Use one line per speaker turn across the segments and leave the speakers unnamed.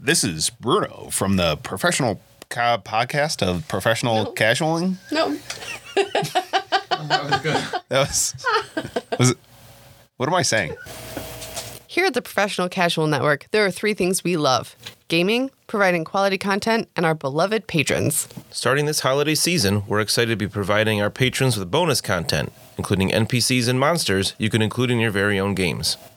This is Bruno from the Professional Ca- Podcast of Professional
No.
Casualing.
No.
That was good.
That was. was it, what am I saying?
Here at the Professional Casual Network, there are three things we love gaming, providing quality content, and our beloved patrons.
Starting this holiday season, we're excited to be providing our patrons with bonus content, including NPCs and monsters you can include in your very own games.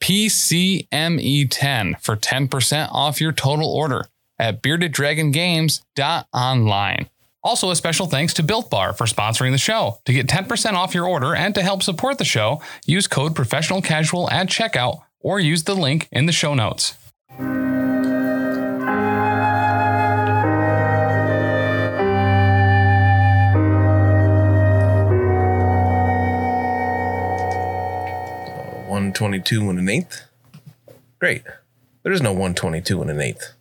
PCME10 E for 10% off your total order at beardeddragongames.online. Also, a special thanks to Built Bar for sponsoring the show. To get 10% off your order and to help support the show, use code professional casual at checkout or use the link in the show notes.
One twenty-two and an eighth. Great. There is no one twenty-two and an eighth.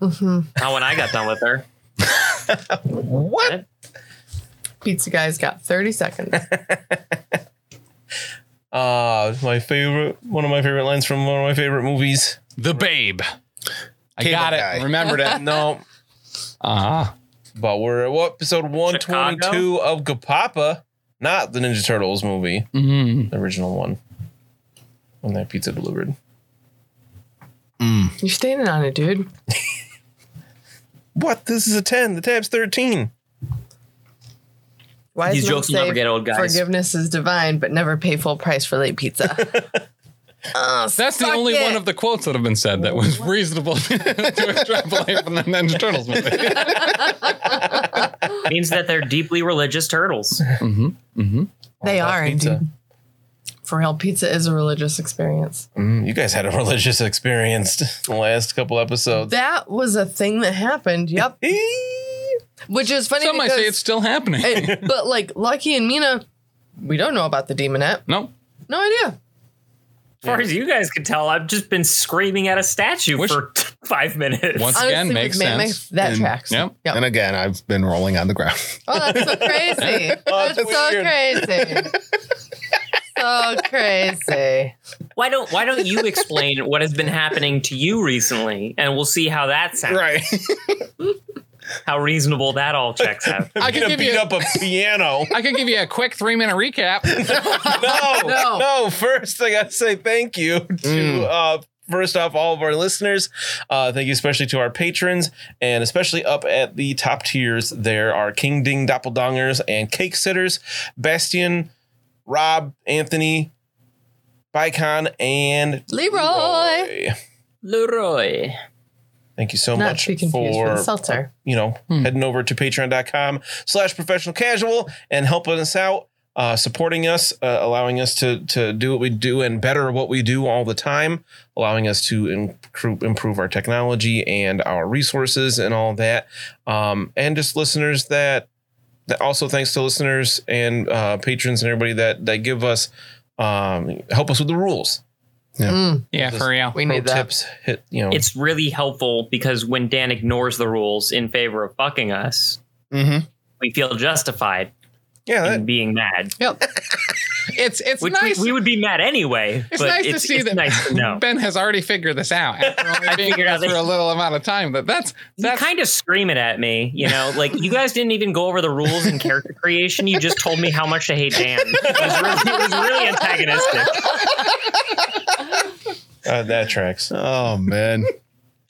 Not when I got done with her.
What?
Pizza Guy's got 30 seconds.
Ah, my favorite. One of my favorite lines from one of my favorite movies.
The Babe. I
Cable
got it.
guy.
Remembered it.
No,
Ah,
but we're at what episode one twenty-two of Gapapa, not the Ninja Turtles movie,
Mm-hmm.
mhm.
the original one. When that pizza delivered.
You're standing on it, dude.
What? This is a ten. The tab's thirteen.
Why does
These
Mike
jokes will never
say
get old, guys.
Forgiveness is divine, but never pay full price for late pizza. oh,
That's the
suck
only
it.
one of the quotes that have been said that was reasonable to extrapolate from the Ninja Turtles movie.
means that they're deeply religious turtles.
They
That
are
pizza.
indeed. For real, pizza is a religious experience.
Mm, you guys had a religious experience the last couple episodes.
That was a thing that happened. Yep. Which is funny.
Some might say
because-
it's still happening.
Hey, but like Lucky and Mina, we don't know about the demonette.
No,
No idea.
As far as you guys can tell, I've just been screaming at a statue
Which-
for five minutes.
once
Honestly,
again,
with
makes
Ma-
sense.
makes- that
And-
tracks.
Yep.
Yep.
And again, I've been rolling on the ground.
Oh, that's so crazy. that's so
weird.
crazy. so crazy.
Why don't Why don't you explain what has been happening to you recently, and we'll see how that sounds,
Right.
how reasonable that all checks out.
I
Gonna
can give
beat
you.
up a piano.
I could give you a quick three minute recap.
no,
No.
no, First, I gotta say thank you to uh, first off all of our listeners. Uh, thank you especially to our patrons, and especially up at the top tiers there are King Ding Doppeldongers and Cake Sitters, Bastian, Rob, Anthony, Bicon, and
Leroy.
Roy.
Leroy,
Thank you so
Not
much
to be confused
for
with seltzer.
you know, heading over to patreon.com slash professional casual and helping us out, uh, supporting us, uh, allowing us to to do what we do and better what we do all the time, allowing us to improve, improve our technology and our resources and all that. Um, and just listeners that, that also thanks to listeners and uh, patrons and everybody that that give us um, help us with the rules.
Yeah, for real.
We
Pro
need that.
tips hit, you know,
it's really helpful because when Dan ignores the rules in favor of fucking us,
Mm-hmm.
we feel justified
yeah, that-
in being mad.
Yep. It's it's
Which
nice.
we, we would be mad anyway.
it's
but
nice
it's,
to see
it's
that
nice to know.
Ben has already figured this out after only being
figured
here
out
for
that-
a little amount of time. But that's
you
that's
kind of scream it at me, you know, like you guys didn't even go over the rules in character creation. You just told me how much I hate Dan. It was really, it was really antagonistic.
uh, that tracks.
Oh man.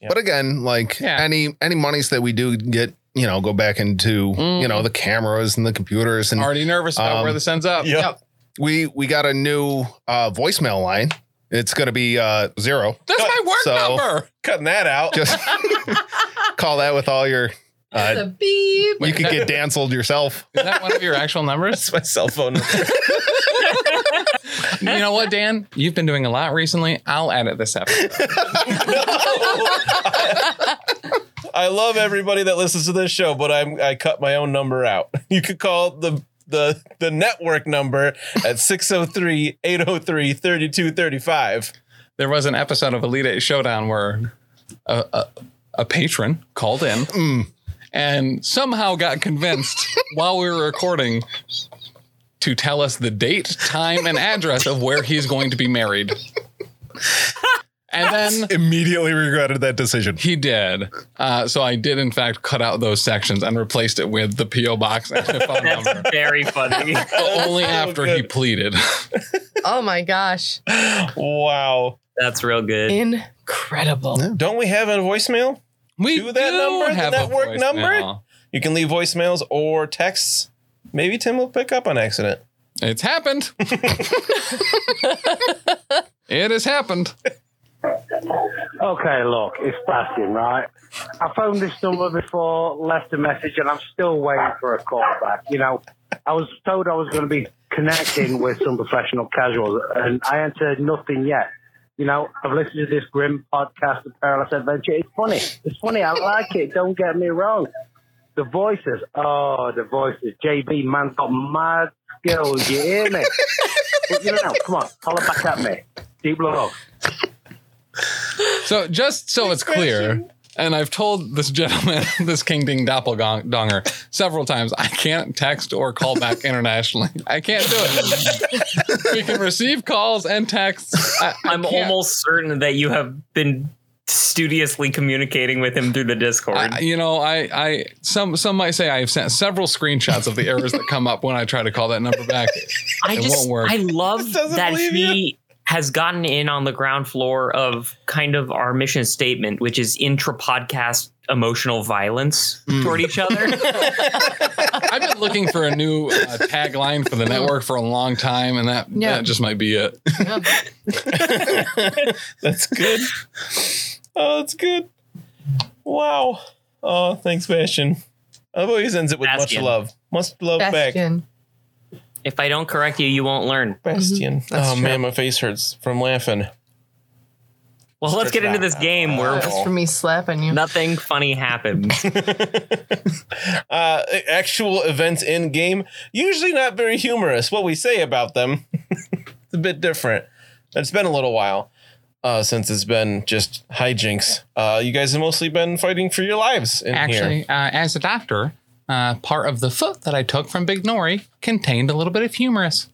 But again, like
Yeah.
any any monies that we do get, you know, go back into you know the cameras and the computers and
already nervous about
Um,
where this ends up.
Yep.
we we got a new uh, voicemail line It's going to be uh, zero.
That's my work
So-
number.
Cutting that out.
Just call that with all your.
It's
Uh,
a beep.
you could get danceled yourself.
Is that one of your actual numbers?
That's my cell phone. number.
You know what, Dan? You've been doing a lot recently. I'll edit this episode.
I love everybody that listens to this show, but I'm I cut my own number out. You could call the the the network number at 603-803-3235.
There was an episode of Elite Eight Showdown where a, a, a patron called in and somehow got convinced while we were recording to tell us the date, time, and address of where he's going to be married. And then
Immediately regretted that decision.
he did. Uh, so I did, in fact, cut out those sections and replaced it with the P.O. box and the phone number.
That's very funny.
But only
so
after he
good.
pleaded.
Oh my gosh.
Wow.
That's real good.
Incredible.
Don't we have a voicemail?
We
Do that number, the network number?
voicemail.
You can leave voicemails or texts. Maybe Tim will pick up on accident.
It's happened. it has happened.
Okay, look, it's passing, right? I phoned this number before, left a message, and I'm still waiting for a call back. You know, I was told I was going to be connecting with some professional casuals, and I entered nothing yet. You know, I've listened to this grim podcast, The Perilous Adventure. It's funny. It's funny. I like it. Don't get me wrong. The voices. Oh, the voices. JB, man's got mad skills. You hear me? but, you know, come on. Holler back at me. Deep love.
So just so it's clear, and I've told this gentleman, this King Ding doppelganger, several times, I can't text or call back internationally. I can't do it. we can receive calls and texts. I, I
I'm
can't-
almost certain that you have been studiously communicating with him through the Discord.
I, you know, I, I, some, some might say I have sent several screenshots of the errors that come up when I try to call that number back.
I
It
just
won't work.
I love
doesn't
that
believe
he has gotten in on the ground floor of kind of our mission statement, which is intra podcast emotional violence
Hmm.
toward each other.
I've been looking for a new uh, tagline for the network for a long time, and that,
Yeah.
that just might be it.
That's good. oh, that's good. Wow. Oh, thanks, Bastion. I love how he ends it with
Bastion.
much love. Much love back.
Bastion.
if I don't correct you, you won't learn.
Bastion.
Mm-hmm. That's
oh
true.
man, my face hurts from laughing.
Well, let's get into this game where
That's for me slapping you.
nothing funny happens.
Uh, actual events in game, usually not very humorous. What we say about them, it's a bit different. It's been a little while uh, since it's been just hijinks. Uh, you guys have mostly been fighting for your lives in here.
Actually, uh, as a doctor, uh, part of the foot that I took from Big Nori contained a little bit of humerus.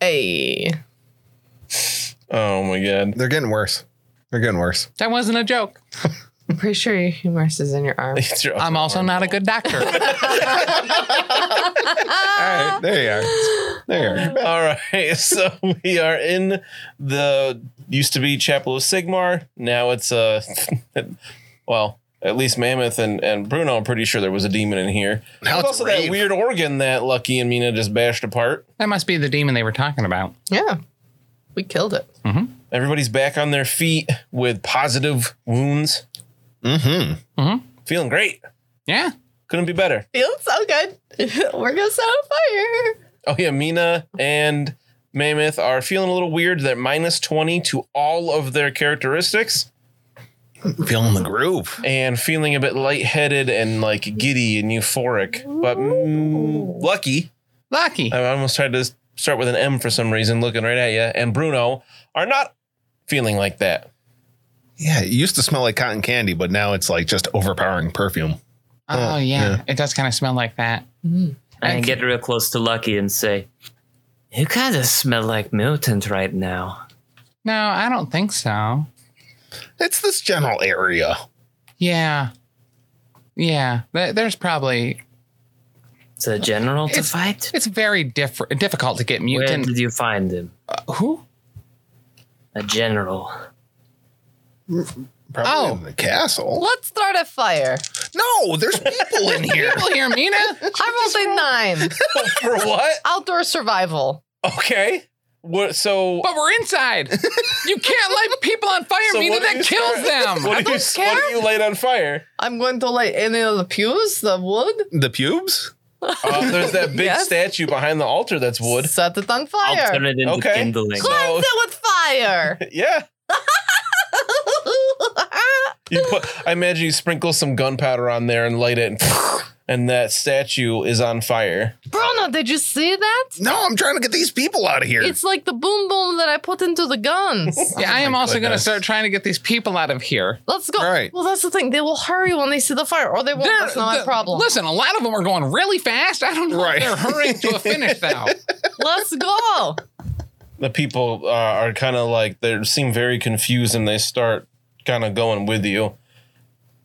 Hey.
Oh my god.
They're getting worse. They're getting worse.
That wasn't a joke.
I'm pretty sure your humerus is in your arm.
It's your-
I'm also not a good doctor.
All right, there you are. There you are.
All right, so we are in the used to be Chapel of Sigmar. Now it's uh, well, at least Mammoth and, and Bruno. I'm pretty sure there was a demon in here.
Now
There's
it's
also
a
that
rave.
weird organ that Lucky and Mina just bashed apart.
that must be the demon they were talking about.
Yeah. We killed it.
Everybody's back on their feet with positive wounds.
Mm-hmm.
Feeling great.
Yeah.
Couldn't be better.
Feels so good. We're gonna set on fire.
Oh yeah, Mina and Mammoth are feeling a little weird. They're minus 20 to all of their characteristics.
Feeling the groove.
and feeling a bit lightheaded and like giddy and euphoric, but mm, lucky.
Lucky.
I almost tried to start with an M for some reason, looking right at you. And Bruno are not feeling like that.
Yeah, it used to smell like cotton candy, but now it's like just overpowering perfume.
oh, yeah. It does kind of smell like that.
and get real close to Lucky and say, "You kind of smell like mutant right now."
No, I don't think so.
It's this general area.
Yeah. Yeah. Th- there's probably,
It's a general to
It's-
fight.
it's very diff- difficult to get
Where
mutant.
did you find him?
Who?
A general.
Probably
Oh.
in the castle.
Let's start a fire.
No, there's people in here.
People here, Mina?
I rolled a nine.
For what?
Outdoor survival.
Okay. What? So
But we're inside. you can't light people on fire,
So
meaning
what do
that
you
kills
start- What
them.
do you
don't
what do
care.
you light on fire?
I'm going to light any of the pews, the wood,
The pubes?
Uh, there's that big
Yes.
statue behind the altar that's wood.
set it on
I'll
fire.
turn it into
Okay.
kindling.
Cool.
Cleanse it with fire.
Yeah. You put, I imagine you sprinkle some gunpowder on there and light it, and, and that statue is on fire.
Bruno, did you see that?
No, I'm trying to get these people out of here.
It's like the boom boom that I put into the guns.
Yeah, I am also going to
goodness.
start trying to get these people out of here.
Let's go.
Right.
Well, that's the thing. They will hurry when they see the fire, or they won't.
They're-
that's not my
the-
problem.
Listen, a lot of them are going really fast. I don't know. if
Right.
They're hurrying to a finish now.
Let's go.
The people uh, are kind of like they seem very confused, and they start kind of going with you.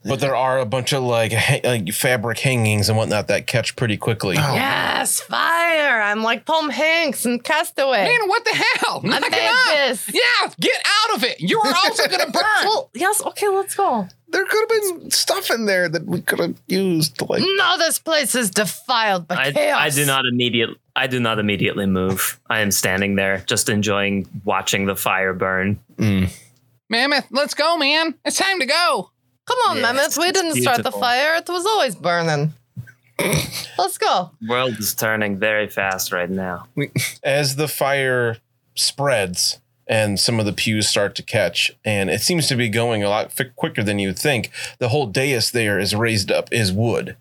But there are a bunch of like, ha- like fabric hangings and whatnot that catch pretty quickly.
Yes, fire. I'm like Tom Hanks in Castaway.
Man, what the hell?
I
Knock it
made
off.
this.
Yeah, get out of it. You are also going to burn.
Well, yes. Okay, let's go.
there could have been stuff in there that we could have used. Like,
No, this place is defiled by
I,
chaos.
I do not immediate. I do not immediately move. I am standing there, just enjoying watching the fire burn.
Mammoth, let's go, man. It's time to go.
Come on,
Yes,
Mammoth. We
it's
didn't start the
beautiful.
fire. It was always burning. let's go.
World is turning very fast right now.
as the fire spreads and some of the pews start to catch, and it seems to be going a lot fi- quicker than you'd think. The whole dais there is raised up, is wood.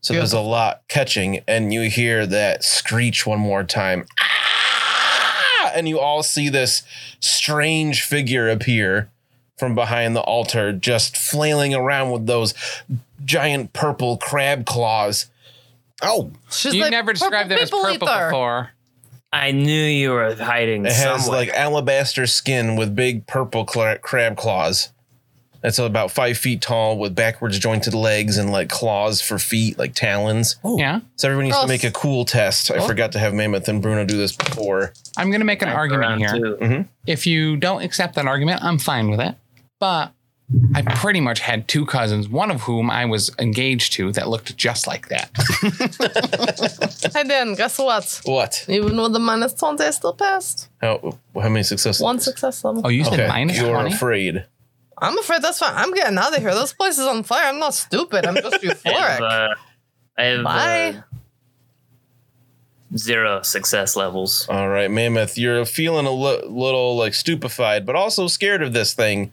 So there's a lot catching, and you hear that screech one more time. Ah! And you all see this strange figure appear from behind the altar, just flailing around with those giant purple crab claws.
oh,
She's
you
like,
never described them as
people
purple
ether.
before.
I knew you were hiding
It
somewhere.
has like alabaster skin with big purple cla crab claws. It's about five feet tall with backwards jointed legs and like claws for feet, like talons.
Yeah.
So everyone needs
Gross. Oh.
to make a cool test. I forgot to have Mammoth and Bruno do this before.
I'm going to make an argument
Around
here.
too.
If you don't accept that argument, I'm fine with it. But I pretty much had two cousins, one of whom I was engaged to, that looked just like that.
Hey, Dan, guess what?
What?
Even with the minus 20, I still passed.
How, how many successes?
One success level.
Oh, you said
Okay,
minus
You're
20?
afraid.
I'm afraid that's fine. I'm getting out of here. This place is on fire. I'm not stupid. I'm just
I have,
euphoric.
uh, I have uh,
Bye.
zero success levels.
All right, Mammoth, you're feeling a li- little like stupefied, but also scared of this thing.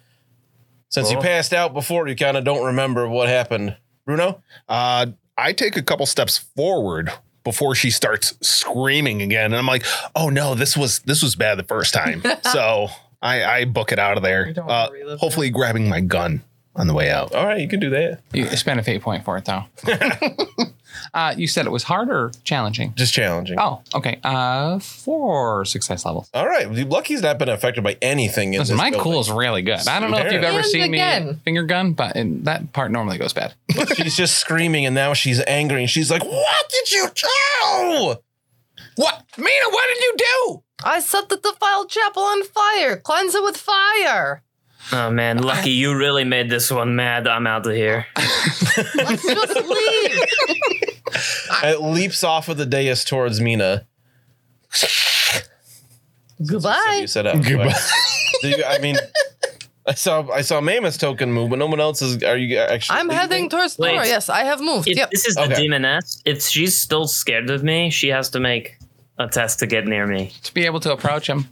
Since you
Oh.
passed out before, you kind of don't remember what happened. Bruno?
Uh, I take a couple steps forward before she starts screaming again, and I'm like, "Oh no, this was this was bad the first time." so I, I book it out of there.
don't
Uh,
worry, that's
hopefully, grabbing my gun on the way out.
All right, you can do that.
You spent a fate point for it, though. uh, you said it was hard or challenging?
Just challenging.
Oh, okay. Uh, four success levels.
All right, dude, Lucky's not been affected by anything in
Listen,
this
my
building.
cool is really good. I don't know if you've ever
And
seen me
again.
finger gun, but in, that part normally goes bad.
She's just screaming, and now she's angry, and she's like, "What did you do?"
What, Mina? What did you do?
I set the defiled chapel on fire. Cleanse it with fire.
Oh man, lucky you really made this one mad. I'm out of here.
Let's just leave.
It leaps off of the dais towards Mina. So
Goodbye.
you set up.
Goodbye.
Do you- I mean, I saw I saw Mammoth's token move, but no one else is. Are you actually?
I'm heading towards the door.
Wait.
Yes, I have moved.
If
Yep.
this is
Okay.
the demoness, if she's still scared of me, she has to make a test to get near me.
To be able to approach him.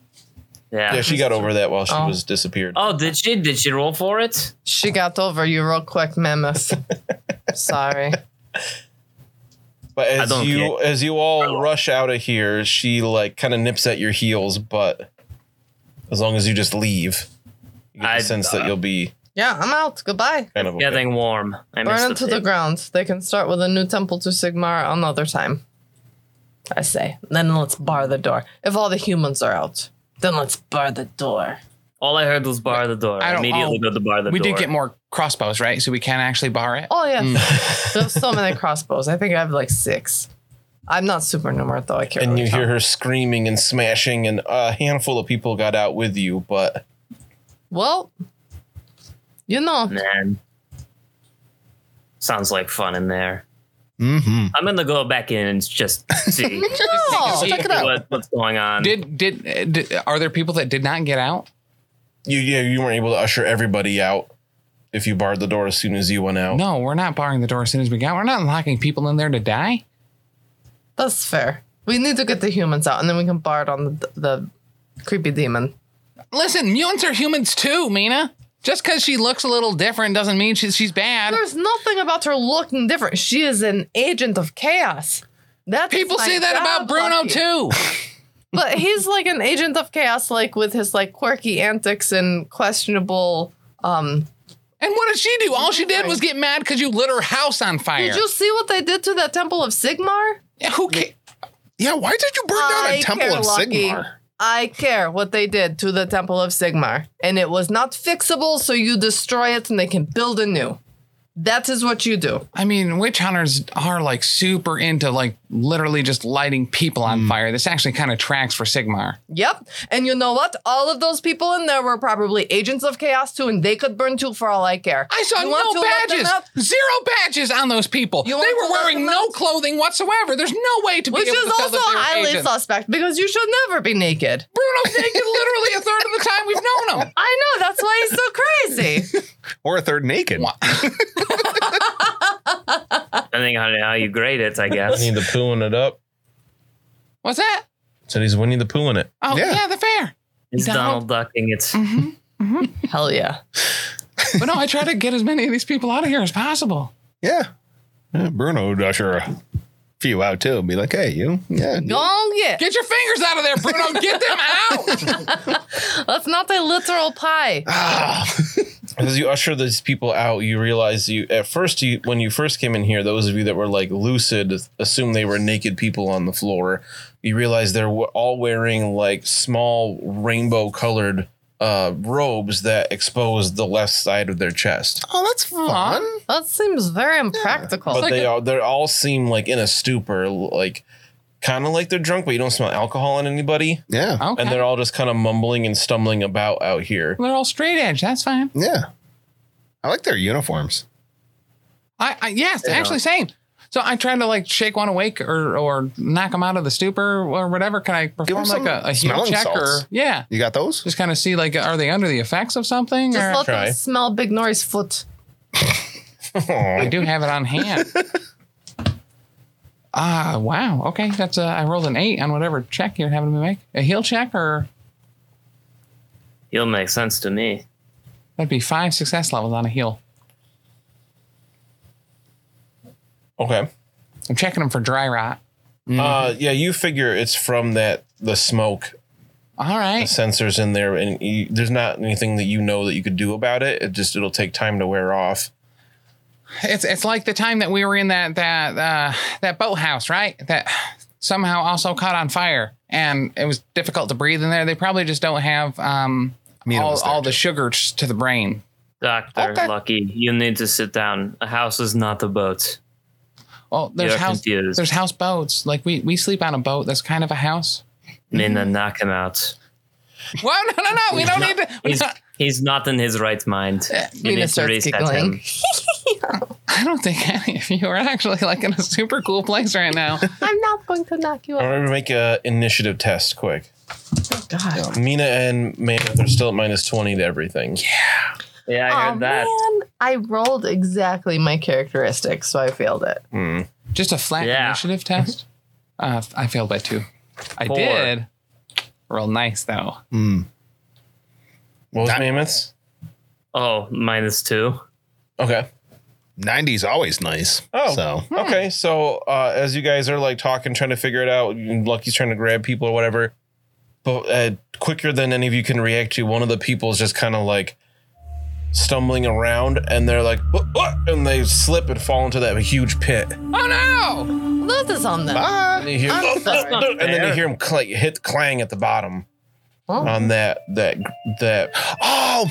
Yeah.
Yeah, she got over that while she
Oh.
was disappeared.
oh, did she? Did she roll for it?
She got over you real quick, Mammoth. Sorry.
But
I
as
don't
you
get-
as you all rush out of here, she like kind of nips at your heels. But as long as you just leave, you get the
I- uh,
sense that you'll be
Yeah, I'm out. Goodbye.
kind of okay.
Getting warm. I missed
Burn it to the ground. They can start with a new temple to Sigmar another time. I say. Then let's bar the door. If all the humans are out, then let's bar the door.
All I heard was bar the door.
I
I
don't-
immediately
oh,
go to bar the
We
door.
did get more crossbows, right? So we can actually bar it.
Oh yes, there's so many crossbows. I think I have like six. I'm not super numerate though. I can't.
and
really
you
count.
hear her screaming and smashing and a handful of people got out with you but
Well, you know,
Man, sounds like fun in there.
Mm-hmm.
I'm gonna go back in and just see,
No,
see
check it out.
what, what's going on.
Did, did uh, did are there people that did not get out?
You yeah, you weren't able to usher everybody out if you barred the door as soon as you went out.
No, we're not barring the door as soon as we got. We're not locking people in there to die.
That's fair. We need to get the humans out, and then we can bar it on the, the creepy demon.
Listen, mutants are humans too, Mina. Just because she looks a little different doesn't mean she, she's bad.
There's nothing about her looking different. She is an agent of chaos. That's
People say that about Bruno too.
But he's like an agent of chaos, like with his like quirky antics and questionable. Um,
And what did she do? All she did was get mad because you lit her house on fire.
did you see what they did to that temple of Sigmar?
Yeah, Who ca-
Yeah, why did you burn down
I
a temple
care,
of
Lucky.
Sigmar?
I care what they did to the Temple of Sigmar, and it was not fixable, so you destroy it and they can build a new. That is what you do.
I mean, witch hunters are like super into like literally just lighting people on fire. This actually kind of tracks for Sigmar.
Yep. And you know what? All of those people in there were probably agents of chaos too, and they could burn too for all I care.
I saw
You want
no
to let them
badges,
out?
zero badges on those people.
You
they
want
were
to let
wearing
them
no
out?
clothing whatsoever. There's no way to be
Which
able
is
to tell
also
that they were
highly
agents.
suspect because you should never be naked.
Bruno's naked literally a third of the time we've known him.
I know, that's why he's so crazy.
Or a third naked?
Depending on how you grade it, I guess.
Winnie the Pooh in it up.
What's that?
Said he's Winnie the Pooh in it.
Oh yeah,
Yeah.
the fair.
It's
Donald-
Donald ducking. It's
Mm-hmm. Hell yeah.
But no, I try to get as many of these people out of here as possible.
Yeah. yeah. Bruno would usher a few out too and be like, hey, you, yeah.
Don't get.
Get your fingers out of there, Bruno. Get them out.
That's not a literal pie.
As you usher these people out, you realize you at first you when you first came in here, those of you that were like lucid assumed they were naked people on the floor. You realize they're w- all wearing like small rainbow colored uh, robes that expose the left side of their chest.
Oh, that's fun.
That seems very impractical.
But they
a-
all they all seem like in a stupor, like kind of like they're drunk, but you don't smell alcohol in anybody,
Yeah.
Okay.
and they're all just kind of mumbling and stumbling about out here.
They're all straight edge. That's fine.
Yeah. I like their uniforms.
I, I yes, actually same. So I tried to like shake one awake or or knock him out of the stupor or whatever. Can I perform like
some
a, a heel
smelling
check
salts.
or yeah?
You got those?
Just kind of see like are they under the effects of something?
Just
Or,
let
try.
them smell Big Nori's foot.
I do have it on hand. Ah, wow. Okay, that's uh, I rolled an eight on whatever check you're having me make a heel check or
he'll make sense to me.
that'd be five success levels on a heel.
Okay.
I'm checking them for dry rot.
Uh, yeah, you figure it's from that the smoke
All right.
sensors in there, and you, there's not anything that you know that you could do about it. It just it'll take time to wear off.
It's it's like the time that we were in that that uh, that boathouse, right? That somehow also caught on fire, and it was difficult to breathe in there. They probably just don't have um,
Mina
all
was there,
all the
too.
sugars to the brain.
Doctor
Okay.
Lucky, you need to sit down. A house is not a boat.
Well, there's
You're
house
confused.
there's house boats. Like we we sleep on a boat. That's kind of a house.
Mm-hmm.
Mina, knock him out.
Well, no, no, no. We don't need to. we
He's,
don't-
he's not in his right mind. You
Mina
need to
starts
reset
giggling.
him.
I don't think any of you are actually like in a super cool place right now.
I'm not going to knock you
I'm
out.
gonna make a initiative test quick.
God.
Mina and Mammoth are still at minus twenty to everything.
Yeah, I heard
Aw,
that.
Oh, man. I rolled exactly my characteristic, so I failed it.
Just a flat
Yeah.
initiative test. Uh, I failed by two. I
Four.
did. Real nice though.
What was
That-
Mammoth's?
Oh, minus two.
Okay.
90s always nice.
Oh.
So
Okay, so uh, as you guys are like talking, trying to figure it out, and Lucky's trying to grab people or whatever. But uh, quicker than any of you can react to, one of the people is just kind of like stumbling around, and they're like, "What?" what?" and they slip and fall into that huge pit. And
Oh no!
That is on them.
you hear,
I'm
"Oh, oh,
sorry.
oh," and then you
Fair.
hear them clang, hit the clang at the bottom
Oh.
on that that that.
Oh,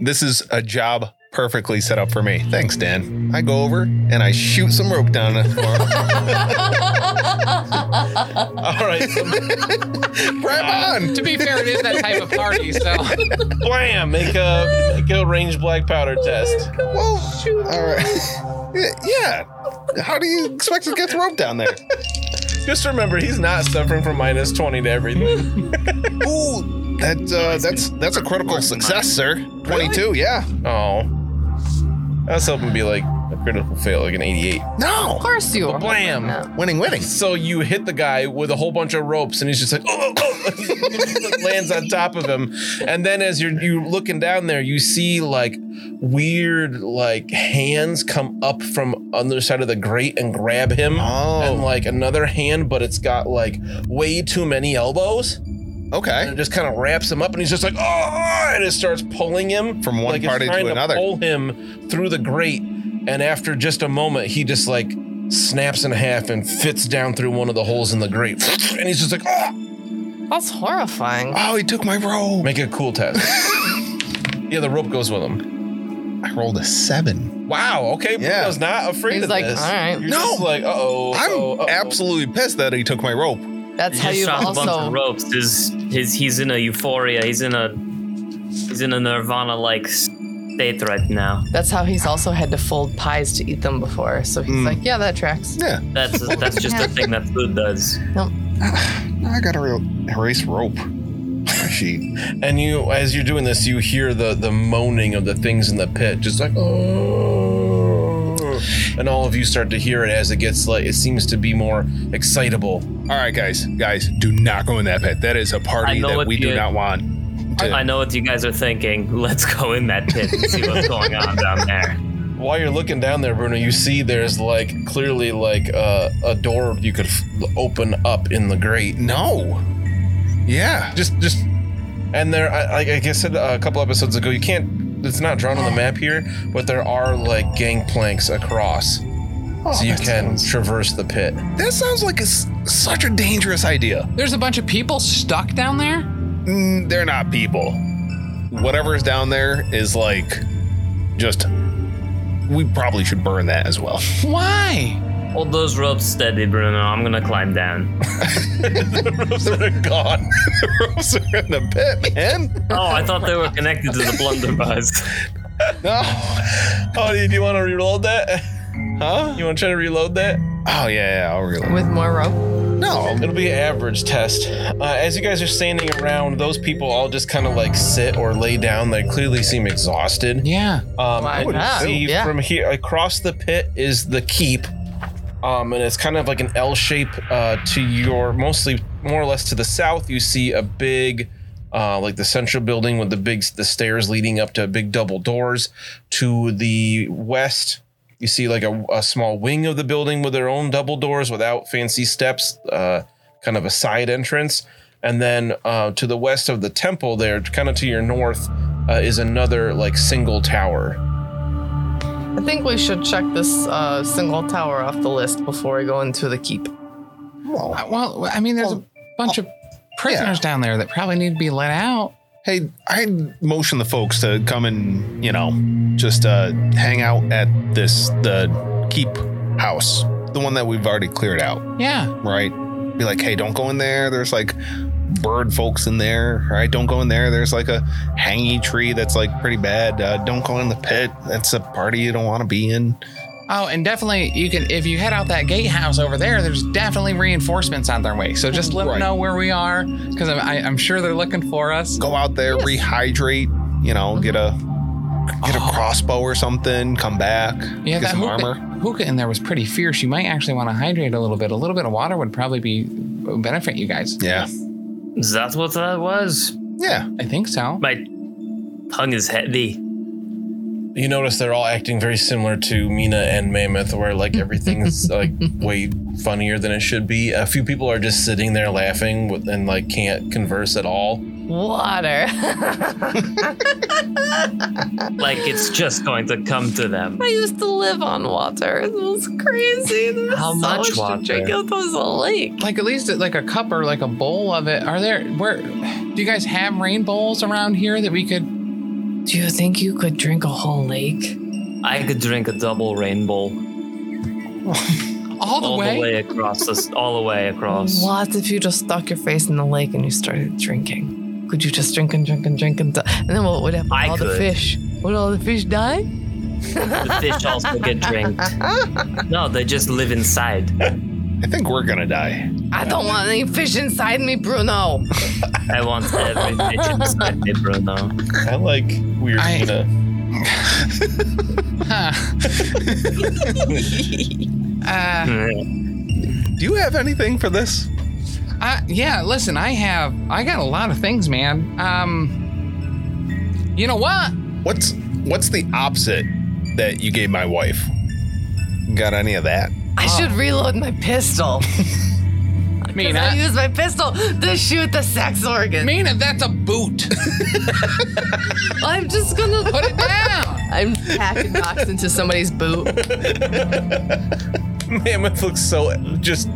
this is a job perfectly set up for me. Thanks, Dan. I go over and I shoot some rope down at him.
All right,
right on.
To be fair, it is that type of party, so
blam! Make a make a range black powder test.
Well, all right. Yeah. How do you expect to get the rope down there?
Just remember, he's not suffering from minus 20 to everything.
Ooh, that uh, that's that's a critical success, sir. Twenty-two, yeah.
oh. I was hoping to be like a critical fail, like an 88.
No,
Of course you are.
Blam.
winning, winning.
So you hit the guy with a whole bunch of ropes, and he's just like, oh, oh, oh," like, lands on top of him. And then as you're you looking down there, you see like weird like hands come up from other side of the grate and grab him,
Oh.
and like another hand, but it's got like way too many elbows, and
Okay,
it just kind of wraps him up, and he's just like, oh, and it starts pulling him
From one
like, it's
party to
trying
another.
Pull him through the grate, and after just a moment, he just like snaps in half and fits down through one of the holes in the grate, and he's just like, oh,
That's horrifying.
Oh, he took my rope.
make it a cool test. yeah, the rope goes with him.
I rolled a seven.
Wow. Okay.
Yeah.
Bruno's not afraid
He's
of
like,
this.
all right.
You're
No.
just like, uh oh.
I'm absolutely pissed that he took my rope.
That's how
just
you've
shot a bunch of
also.
ropes. His, his, he's in a euphoria. He's in a he's in a nirvana like state right now.
That's how he's also had to fold pies to eat them before. So he's
Hmm.
like, yeah, that tracks.
Yeah,
That's that's just a thing that food does.
I gotta re- erase rope. she.
And you, as you're doing this, you hear the the moaning of the things in the pit, just like oh. And all of you start to hear it as it gets like it seems to be more excitable.
All right, guys, guys, do not go in that pit. That is a
I
party
know
that
what
we do
you-
not want.
I know what you guys are thinking. Let's go in that pit and see what's going on down there.
While you're looking down there, Bruno, you see there's like clearly like uh, a door you could f- open up in the grate.
No. Yeah.
Just, just, and there, I, like I said a couple episodes ago, you can't. It's not drawn on the map here, but there are like gangplanks across, so you
Oh, that
can
sounds-
traverse the pit.
That sounds like it's such a dangerous idea.
There's a bunch of people stuck down there.
Mm, they're not people. Whatever's down there is like just. We probably should burn that as well.
Why?
Hold those ropes steady, Bruno. I'm gonna climb down.
They're gone. the ropes are in the pit, man.
Oh, I thought they were connected to the blunderbuss.
No.
Oh, do you, do you want to reload that?
Huh?
You want to try to reload that?
Oh yeah, yeah I'll reload.
With more rope.
No.
It'll be an average test. Uh, as you guys are standing around, those people all just kind of like sit or lay down. They clearly seem exhausted.
Yeah.
Um,
Why
and you
not?
see
Yeah.
from here across the pit is the keep, um, and it's kind of like an L shape uh, to your mostly more or less to the south. You see a big, uh, like the central building with the big the stairs leading up to big double doors. To the west, you see like a, a small wing of the building with their own double doors without fancy steps, uh, kind of a side entrance. And then uh, to the west of the temple, there, kind of to your north, uh, is another like single tower.
I think we should check this uh, single tower off the list before we go into the keep.
Uh, Well, I mean, there's a bunch of prisoners down there that probably need to be let out.
Hey, I motion the folks to come and you know just uh, hang out at this the keep house, the one that we've already cleared out,
Yeah.
right? Be like, hey, don't go in there. There's like bird folks in there, right? Don't go in there. There's like a hanging tree that's like pretty bad. Uh, don't go in the pit. That's a party you don't want to be in.
Oh, and definitely you can if you head out that gatehouse over there. There's definitely reinforcements on their way. So just let
Right.
them know where we are because I'm, I, I'm sure they're looking for us.
Go out there, rehydrate. You know, get a get a crossbow or something. Come back.
Oh. Yeah,
get
that
some
hookah,
armor.
hookah in there was pretty fierce. You might actually want to hydrate a little bit. A little bit of water would probably be would benefit you guys.
Yeah,
Is that what that was?
yeah.
I think so.
My tongue is heavy.
You notice they're all acting very similar to Mina and Mammoth, where like everything's like way funnier than it should be. A few people are just sitting there laughing with- and like can't converse at all.
Water.
Like it's just going to come to them.
I used to live on water. It was crazy. There was
How
so
much
much
water?
To drink. It was a lake.
Like at least like a cup or like a bowl of it. Are there where do you guys have rain bowls around here that we could?
Do you think you could drink a whole lake?
I could drink a double rainbow
All the
all
way.
the way across this, all the way across.
What if you just stuck your face in the lake and you started drinking? Could you just drink and drink and drink and di- and then what would happen? to
I
all the
could.
fish? Would all the fish die?
The fish also get drinked. No, they just live inside.
I think we're gonna die.
I don't want any fish inside me, Bruno.
I want every fish inside me, Bruno.
I like weird
I-
Nina.
Uh,
Do you have anything for this?
Uh, yeah, listen, I have, I got a lot of things, man. Um, you know what?
What's what's the opposite that you gave my wife? Got any of that?
I should reload my pistol. I
Mina,
use my pistol to shoot the sex organ.
Mina, that's a boot.
I'm just gonna
Put it down.
I'm packing box into somebody's boot.
Mammoth looks so just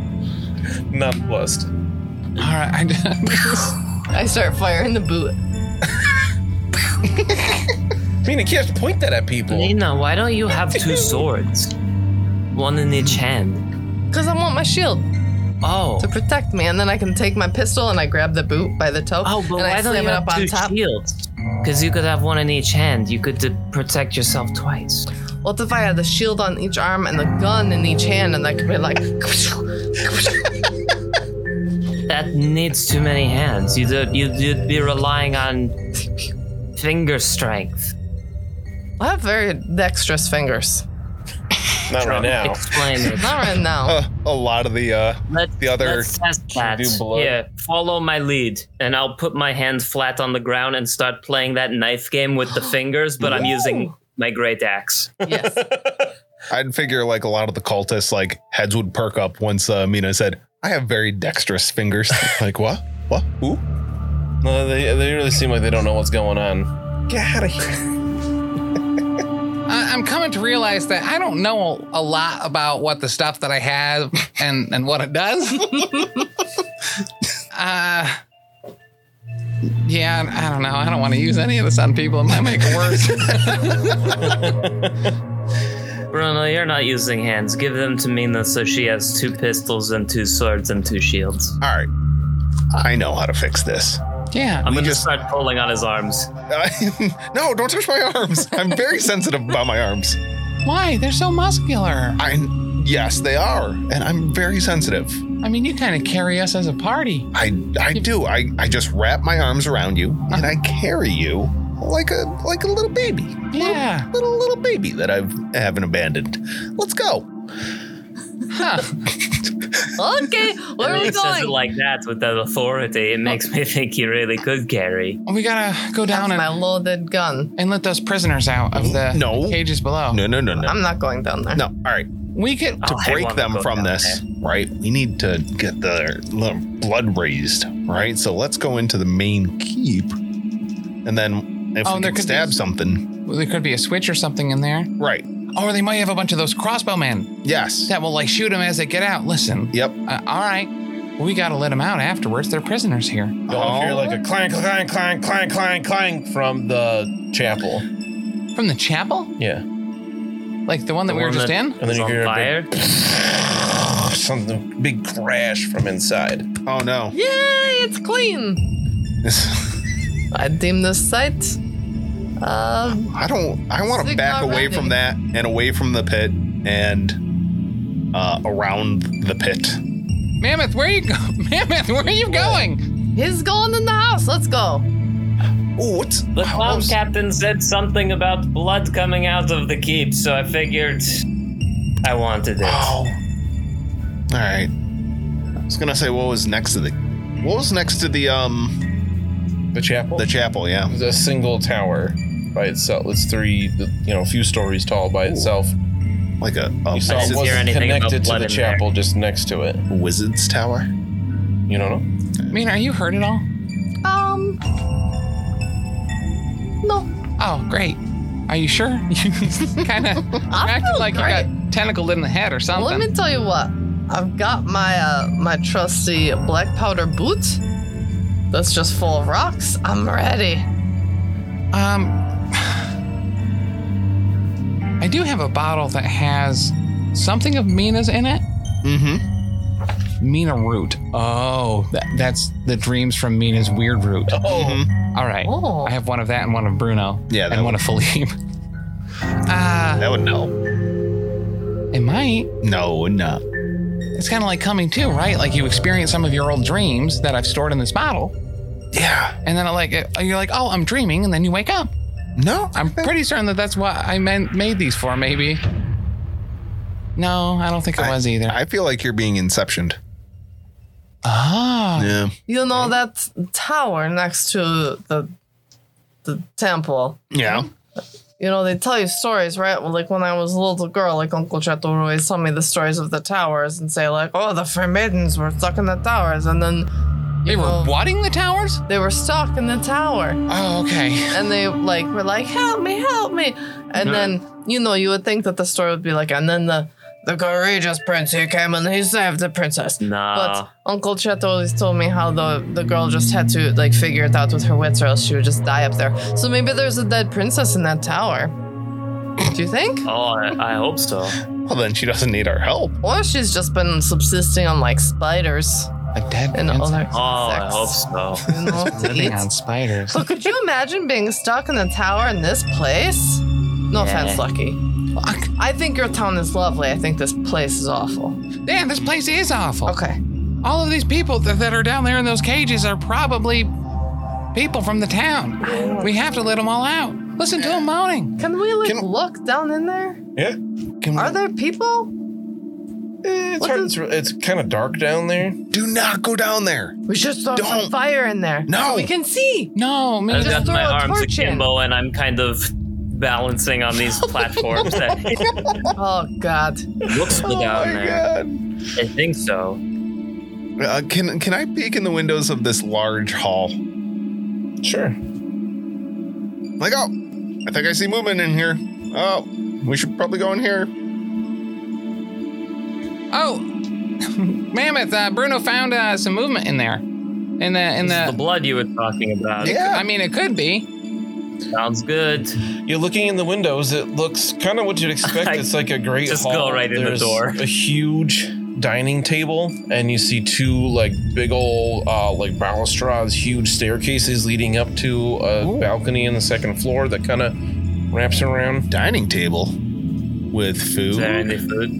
nonplussed.
All right, I,
I start firing the boot.
Mina, you can't point that at people.
Nina, why don't you have two swords? One in each hand.
Because I want my shield
Oh.
to protect me, and then I can take my pistol and I grab the boot by the toe
Oh, but
and I
why don't
slam
you
it
have
up on
two
top.
shields? Because you could have one in each hand. You could uh, protect yourself twice.
What if I had the shield on each arm and the gun in each hand, and I could be like,
That needs too many hands. You do, you, you'd be relying on finger strength.
I have very dexterous fingers.
Not right
Oh.
now.
Explain it.
Not right now.
Uh, a lot of the uh
Let's,
The other-
let's test that.
do blood.
Here, follow my lead, and I'll put my hand flat on the ground and start playing that knife game with the fingers, but I'm using my great axe.
yes.
I'd figure like a lot of the cultists like heads would perk up once uh, Mina said, "I have very dexterous fingers." like what? What? Who?
No, they, they really seem like they don't know what's going on.
Get out of here!
I, I'm coming to realize that I don't know a lot about what the stuff that I have and and what it does. uh, yeah, I don't know. I don't want to use any of this on people. It might make it worse.
Bruno, you're not using hands. Give them to Mina so she has two pistols and two swords and two shields.
All right, I know how to fix this.
yeah.
I'm gonna
just-
start pulling on his arms.
no, don't touch my arms. I'm very sensitive about my arms.
Why? They're so muscular.
I yes, they are, and I'm very sensitive.
I mean, you kind of carry us as a party.
I I do. I I just wrap my arms around you and I carry you like a like a little baby,
Yeah.
little little baby that I've I haven't abandoned. Let's go.
Huh.
Okay, where are
he
we
says it
going?
like that with that authority. It makes me think he really could carry.
We gotta go down
My
and,
loaded gun.
and let those prisoners out of the
No.
cages below.
No no no no
I'm not going down there.
no. All right,
We could.
to
Oh, I
break
wanna
them
go
from
down
this, right? We need to get the little blood raised, right? So let's go into the main keep, and then if
Oh,
we
there
can
could be-
stab something,
There could be a switch or something in there.
right?
Or they might have a bunch of those crossbowmen
Yes.
that will like shoot them as they get out. Listen.
Yep.
Uh, all right. We gotta let them out afterwards. They're prisoners here.
You'll hear like a clang, clang, clang, clang, clang, clang from the chapel.
From the chapel?
Yeah. And
Like the one that we were
one
just
that-
in?
then
He's
you
on
hear a
fire.
big, something, big crash from inside.
Oh no.
Yay, it's clean. I deem this site. Uh,
I don't. I want to
Sigma
back away
Runding.
from that and away from the pit and uh, around the pit.
Mammoth, where you go? Mammoth, where are you going?
he's going in the house. Let's go.
Oh, what's
The
how
clown
was-
captain said something about blood coming out of the keep, so I figured I wanted it.
Oh. All right. I was gonna say what was next to the, what was next to the um
The chapel?
the
The
chapel? Yeah.
a single tower by itself. It's three, you know, a few stories tall by itself.
like a, a
You saw
didn't
it
hear
wasn't
anything about
connected to
blood
the
in there.
chapel, just next to it.
wizard's tower.
You don't know?
Mina, are you hurt at all?
Um, no,
Oh, great. Are you sure? kind of acting
feel
like you got tentacled in the head or something.
Let me tell you what. I've got my uh, my trusty black powder boot. That's just full of rocks. I'm ready.
Um, I do have a bottle that has something of Mina's in it.
Mm-hmm.
Mina root. Oh, that, that's the dreams from Mina's weird root. Mm-hmm.
Oh.
All right.
Oh.
I have one of that and one of Bruno.
Yeah, that
and one of Philippe. Ah,
That would no.
it might.
No, no.
It's kind of like coming to, right? Like you experience some of your old dreams that I've stored in this bottle,
Yeah.
and then it like it- you're like, oh, I'm dreaming, and then you wake up.
No.
I'm pretty certain that that's what I meant made these for. Maybe. No, I don't think it was either.
I feel like you're being inceptioned.
ah,
Yeah.
You know that tower next to the the temple.
Yeah.
You know, they tell you stories, right? Well, like when I was a little girl, like Uncle Chateau always tell me the stories of the towers and say like, "Oh, the Formiddens were stuck in the towers," and then
they were
know-
wadding the towers.
they were stuck in the tower.
Oh, okay.
and they like were like, "Help me, help me!" And then you know you would think that the story would be like, and then the the courageous prince he came and he saved the princess.
Nah.
But Uncle Chet always told me how the the girl just had to like figure it out with her wits, or else she would just die up there. So maybe there's a dead princess in that tower. Do you think?
Oh, I, I hope so.
Well, then she doesn't need our help.
Or she's just been subsisting on like spiders
A dead
and
man's
other
Oh, I hope
insects.
so.
you know, to
living
eat.
on spiders.
But could you imagine being stuck in a tower in this place? No offense, Lucky.
Fuck.
I think your town is lovely. I think this place is awful.
Yeah, this place is awful.
Okay.
All of these people that, that are down there in those cages are probably people from the town. We have to let them all out. Listen to them moaning.
Can we like
Can-
look down in there?
Yeah.
Are there people?
Eh, it's
What
hard.
the-
It's, it's kind of dark down there.
Do not go down there.
We should throw
Don't.
some fire in there.
No.
So we can see.
No, man.
I've
Just
got
throw
my
a
arms
torch in.
akimbo and I'm kind of balancing on these platforms that
Oh God.
looks
Oh
Oh
to down there. I think so.
God. Uh, can can I peek in the windows of this large hall?
Sure.
Like, oh, I think I see movement in here. Oh, we should probably go in here.
Oh, Mammoth, uh, Bruno found uh, some movement in there. In the, in
This is the
the,
blood you were talking about.
Yeah.
I mean, it could be.
Sounds good.
You're looking in the windows. It looks kind of what you'd expect. It's like a great
Just
hall.
go right in the
There's
door.
A huge dining table, and you see two like big old uh, like balustrades, huge staircases leading up to a balcony in the second floor that kind of wraps around.
Dining table with food,
Is there any food?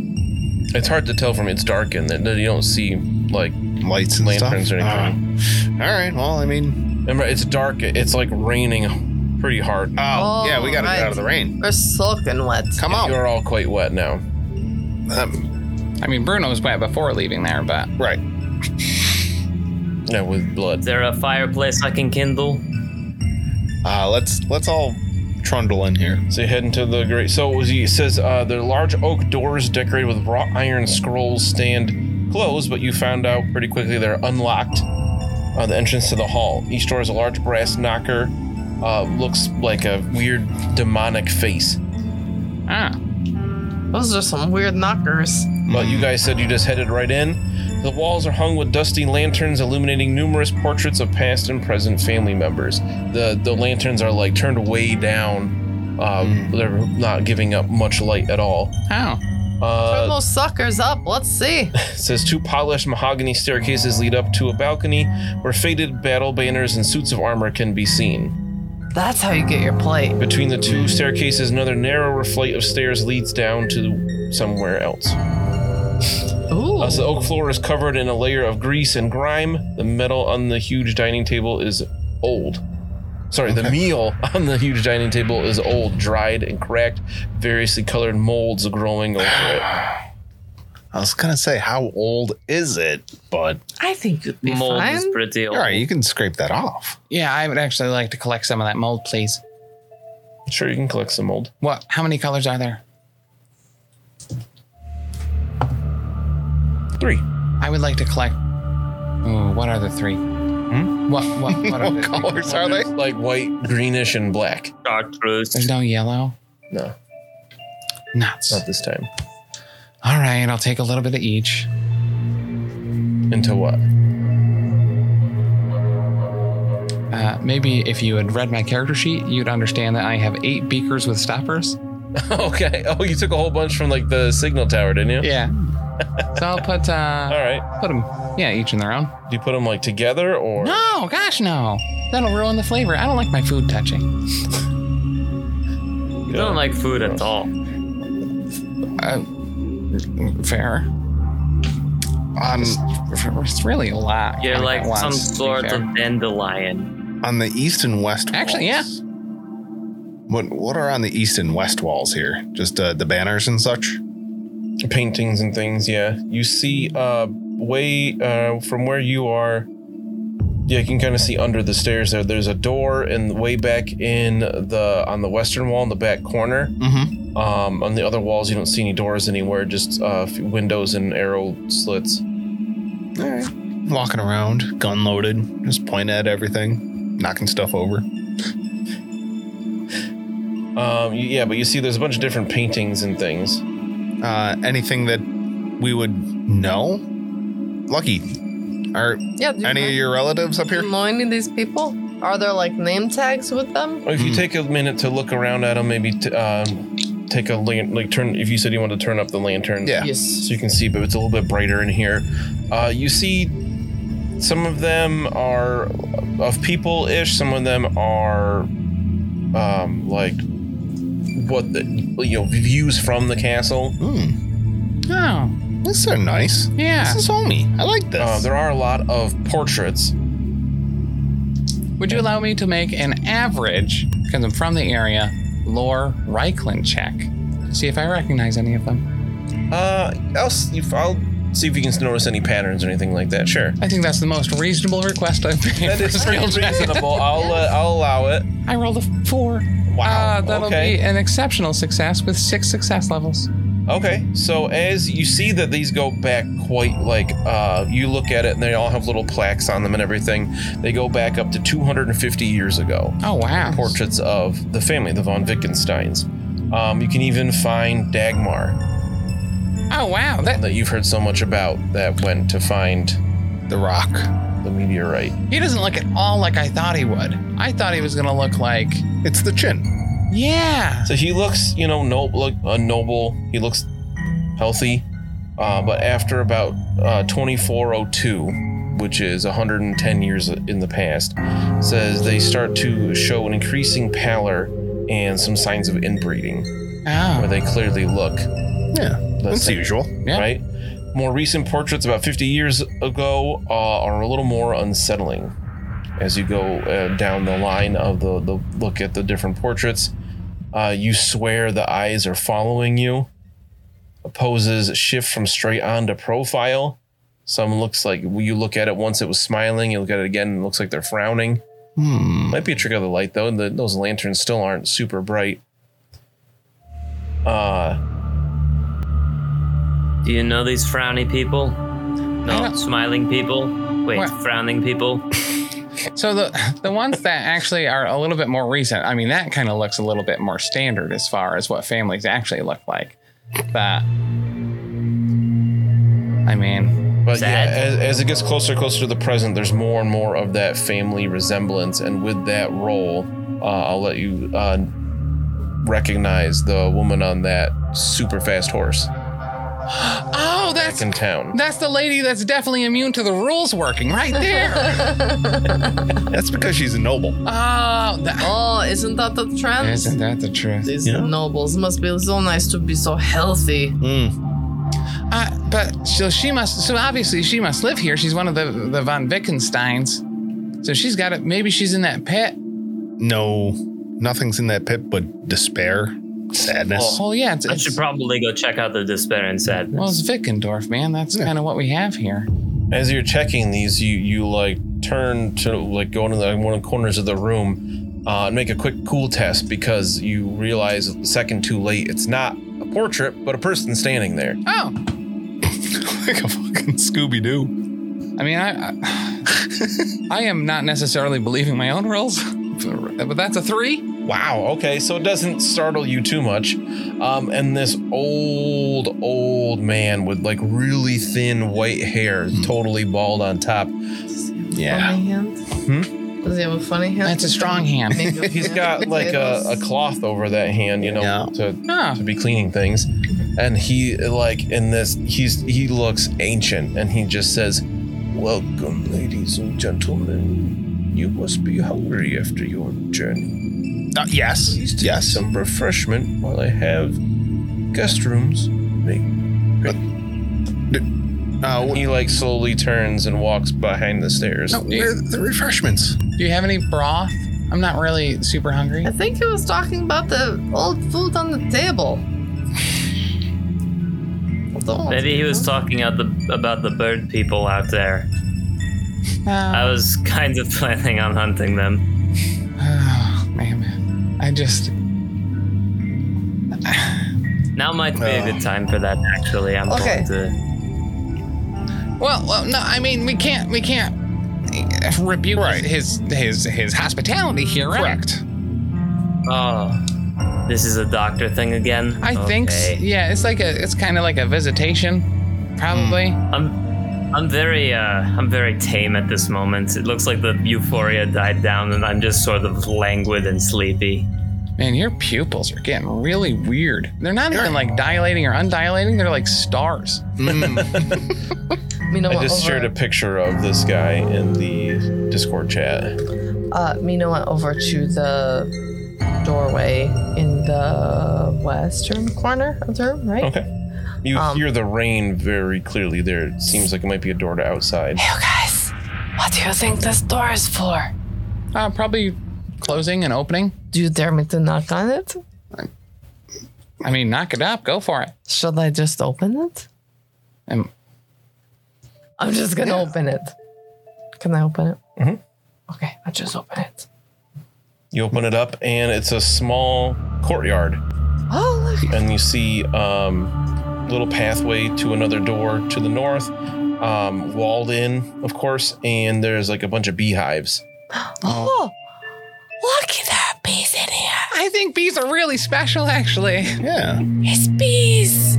It's hard to tell from it's dark in there. You don't see like
lights, and
lanterns
stuff.
or anything.
Uh, all right. Well, I mean,
remember it's dark. It's like raining pretty hard.
oh,
Oh,
yeah, we got to
right.
get out of the rain.
We're soaking wet.
Come on.
You're all quite wet now.
Um,
I mean, Bruno was wet before leaving there, but
right.
Yeah, with blood.
Is there a fireplace I can kindle?
Uh, let's let's all trundle in here.
So you head into the great. So it, was, it says uh, the large oak doors decorated with wrought iron scrolls stand closed, but you found out pretty quickly they're unlocked on the entrance to the hall. Each door has a large brass knocker. Uh, looks like a weird demonic face.
ah,
Those are some weird knockers.
But you guys said you just headed right in. The walls are hung with dusty lanterns illuminating numerous portraits of past and present family members. The the lanterns are like turned way down. Um, They're not giving up much light at all.
oh.
Uh,
Throw those suckers up. Let's see.
It says two polished mahogany staircases lead up to a balcony where faded battle banners and suits of armor can be seen.
That's how you get your plate.
Between the two staircases, another narrower flight of stairs leads down to somewhere else.
Ooh.
As the oak floor is covered in a layer of grease and grime, the metal on the huge dining table is old. Sorry, the meal on the huge dining table is old, dried and cracked, variously colored molds growing over it.
I was gonna say how old is it, but oh.
I think you'd be
Mold
fine.
is pretty old.
all right, you can scrape that off.
Yeah, I would actually like to collect some of that mold, please.
Sure, you can collect some mold.
What? How many colors are there?
Three.
I would like to collect. Ooh, what are the three? Hmm? What? What? What, are the
What
three?
colors are they?
Like white, greenish, and black.
Chartreuse.
There's no yellow.
No,
Nuts.
not this time.
All right, I'll take a little bit of each.
Into what?
Uh, maybe if you had read my character sheet, you'd understand that I have eight beakers with stoppers.
Okay. Oh, you took a whole bunch from like the signal tower, didn't you?
Yeah. so I'll put
All
uh,
right.
put them. Yeah, each in their own.
Do you put them like together or?
No, gosh, no. That'll ruin the flavor. I don't like my food touching.
You don't like food at all.
Uh, Fair.
On
It's really a lot.
You're
at
like
once,
some
to be
sort
fair.
of dandelion.
on the east and west.
Actually, yeah.
walls. What what are on the east and west walls here? Just uh, the banners and such.
paintings and things. Yeah, you see uh way uh from where you are. Yeah, you can kind of see under the stairs there. There's a door and way back in the on the western wall in the back corner.
Mm-hmm.
Um, on the other walls, you don't see any doors anywhere, just uh, f- windows and arrow slits.
All right. Walking around, gun loaded, just pointing at everything, knocking stuff over.
Um, you- yeah, but you see there's a bunch of different paintings and things.
Uh, anything that we would know? Lucky, are
Yeah. Do you
any of your relatives up
know,
here?
know any of these people? Are there like name tags with them?
If you
Hmm.
take a minute to look around at them, maybe t- um take a lan- like turn. If you said you want to turn up the lantern,
Yeah.
Yes.
so you can see, but it's a little bit brighter in here. Uh, you see, some of them are of people ish. Some of them are um, like what the you know views from the castle. Uh,
Hmm.
Oh,
These are nice.
yeah.
This is homey. I like this.
Uh, there are a lot of portraits.
Would you allow me to make an average, because I'm from the area, lore Reichland check? See if I recognize any of them.
Uh, I'll, s- if- I'll see if you can notice any patterns or anything like that. Sure.
I think that's the most reasonable request I've made.
That
for
is
a
pretty
skill check.
reasonable. I'll uh, I'll allow it.
I rolled a four.
Wow,
Uh, that'll
okay.
be an exceptional success with six success levels.
Okay, so as you see that these go back quite like uh, you look at it and they all have little plaques on them and everything, they go back up to 250 years ago.
Oh, wow.
Portraits of the family, the von Wittgensteins. Um, you can even find Dagmar
Oh, wow. That,
that you've heard so much about that went to find
the rock.
the meteorite.
he doesn't look at all like I thought he would. I thought he was going to look like,
It's the chin.
yeah.
So he looks, you know, noble, look, uh, noble. He looks healthy, uh, but after about uh, 2402, which is 110 years in the past, says they start to show an increasing pallor and some signs of inbreeding, where
Oh,
they clearly look.
Yeah,
Let's
that's
see.
usual.
Yeah.
Right. More recent portraits, about 50 years ago, uh, are a little more unsettling. As you go uh, down the line of the, the look at the different portraits, uh, you swear the eyes are following you. Poses shift from straight on to profile. Some looks like you look at it once it was smiling, you look at it again, and it looks like they're frowning.
Hmm.
Might be a trick of the light though. and The, those lanterns still aren't super bright. Uh,
Do you know these frowny people?
I
No,
don't-
smiling people. Wait,
What?
frowning people.
so the the ones that actually are a little bit more recent, I mean, that kind of looks a little bit more standard as far as what families actually look like. But I mean,
but
Sad.
yeah, as, as it gets closer and closer to the present, there's more and more of that family resemblance. And with that role, uh, I'll let you uh, recognize the woman on that super fast horse
oh, that's
in town.
that's the lady that's definitely immune to the rules working right there.
That's because she's a noble.
oh, that,
Oh, isn't that the trend?
isn't that the truth?
These
Yeah.
nobles must be so nice to be so healthy.
Mm.
Uh, but so she must. So obviously she must live here. She's one of the the von Wittgensteins. So she's got it. Maybe she's in that pit.
No, nothing's in that pit but despair, sadness.
Oh yeah, it's,
I should
it's,
probably go check out the despair and sadness.
well it's Wittgendorf, man. That's
Yeah.
kind of what we have here.
as you're checking these, you you like turn to like go into the, one of the corners of the room uh, and make a quick cool test because you realize a second too late it's not a portrait but a person standing there.
Oh,
like a fucking Scooby Doo.
I mean, I, I, I am not necessarily believing my own rules, but that's a three.
Wow. Okay, so it doesn't startle you too much. Um, and this old old man with like really thin white hair,
Hmm.
totally bald on top.
Funny hand. Does he have a funny hand?
That's a strong hand.
Hmm? He's got like a, a cloth over that hand, you know,
Yeah.
to
Huh.
to be cleaning things. And he like in this he's he looks ancient and he just says, Welcome, ladies and gentlemen. You must be hungry after your journey.
Uh, yes.
Please take
Yes.
some refreshment while I have guest rooms. Me.
Uh, wh-
He like slowly turns and walks behind the stairs.
no, where are the refreshments?
Do you have any broth? I'm not really super hungry.
I think he was talking about the old food on the table. I don't want
Maybe
to-
he was talking out the, about the bird people out there. I
Uh,
was kind of planning on hunting them.
oh, man, I just
Now might be a good time for that. Actually, I'm
Okay.
going to.
well, well, no, I mean we can't we can't uh, rebuke
Right.
his his his hospitality here, right?
Correct.
Oh, this is a doctor thing again.
I think s-
Okay.
yeah, it's like a it's kind of like a visitation, probably.
I'm I'm very uh I'm very tame at this moment. It looks like the euphoria died down and I'm just sort of languid and sleepy.
Man, your pupils are getting really weird. They're not even like dilating or undilating. They're like stars.
Mina
I
went
just
over,
shared a picture of this guy in the Discord chat.
uh, Mina went over to the doorway in the western corner of the room, right?
Okay. You hear the rain very clearly there. It seems like it might be a door to outside.
You guys, what do you think this door is for?
Uh, probably closing and opening.
Do you dare me to knock on it?
I mean, knock it up. Go for it.
Should I just open it?
Um,
I'm just gonna open it. Can I open it? Mm-hmm. Okay, I just open it.
You open it up, and it's a small courtyard,
Oh look!
and you see um, little pathway to another door to the north, um, walled in, of course, and there's like a bunch of beehives.
Oh, look! There are bees in here.
I think bees are really special, actually.
Yeah.
It's bees.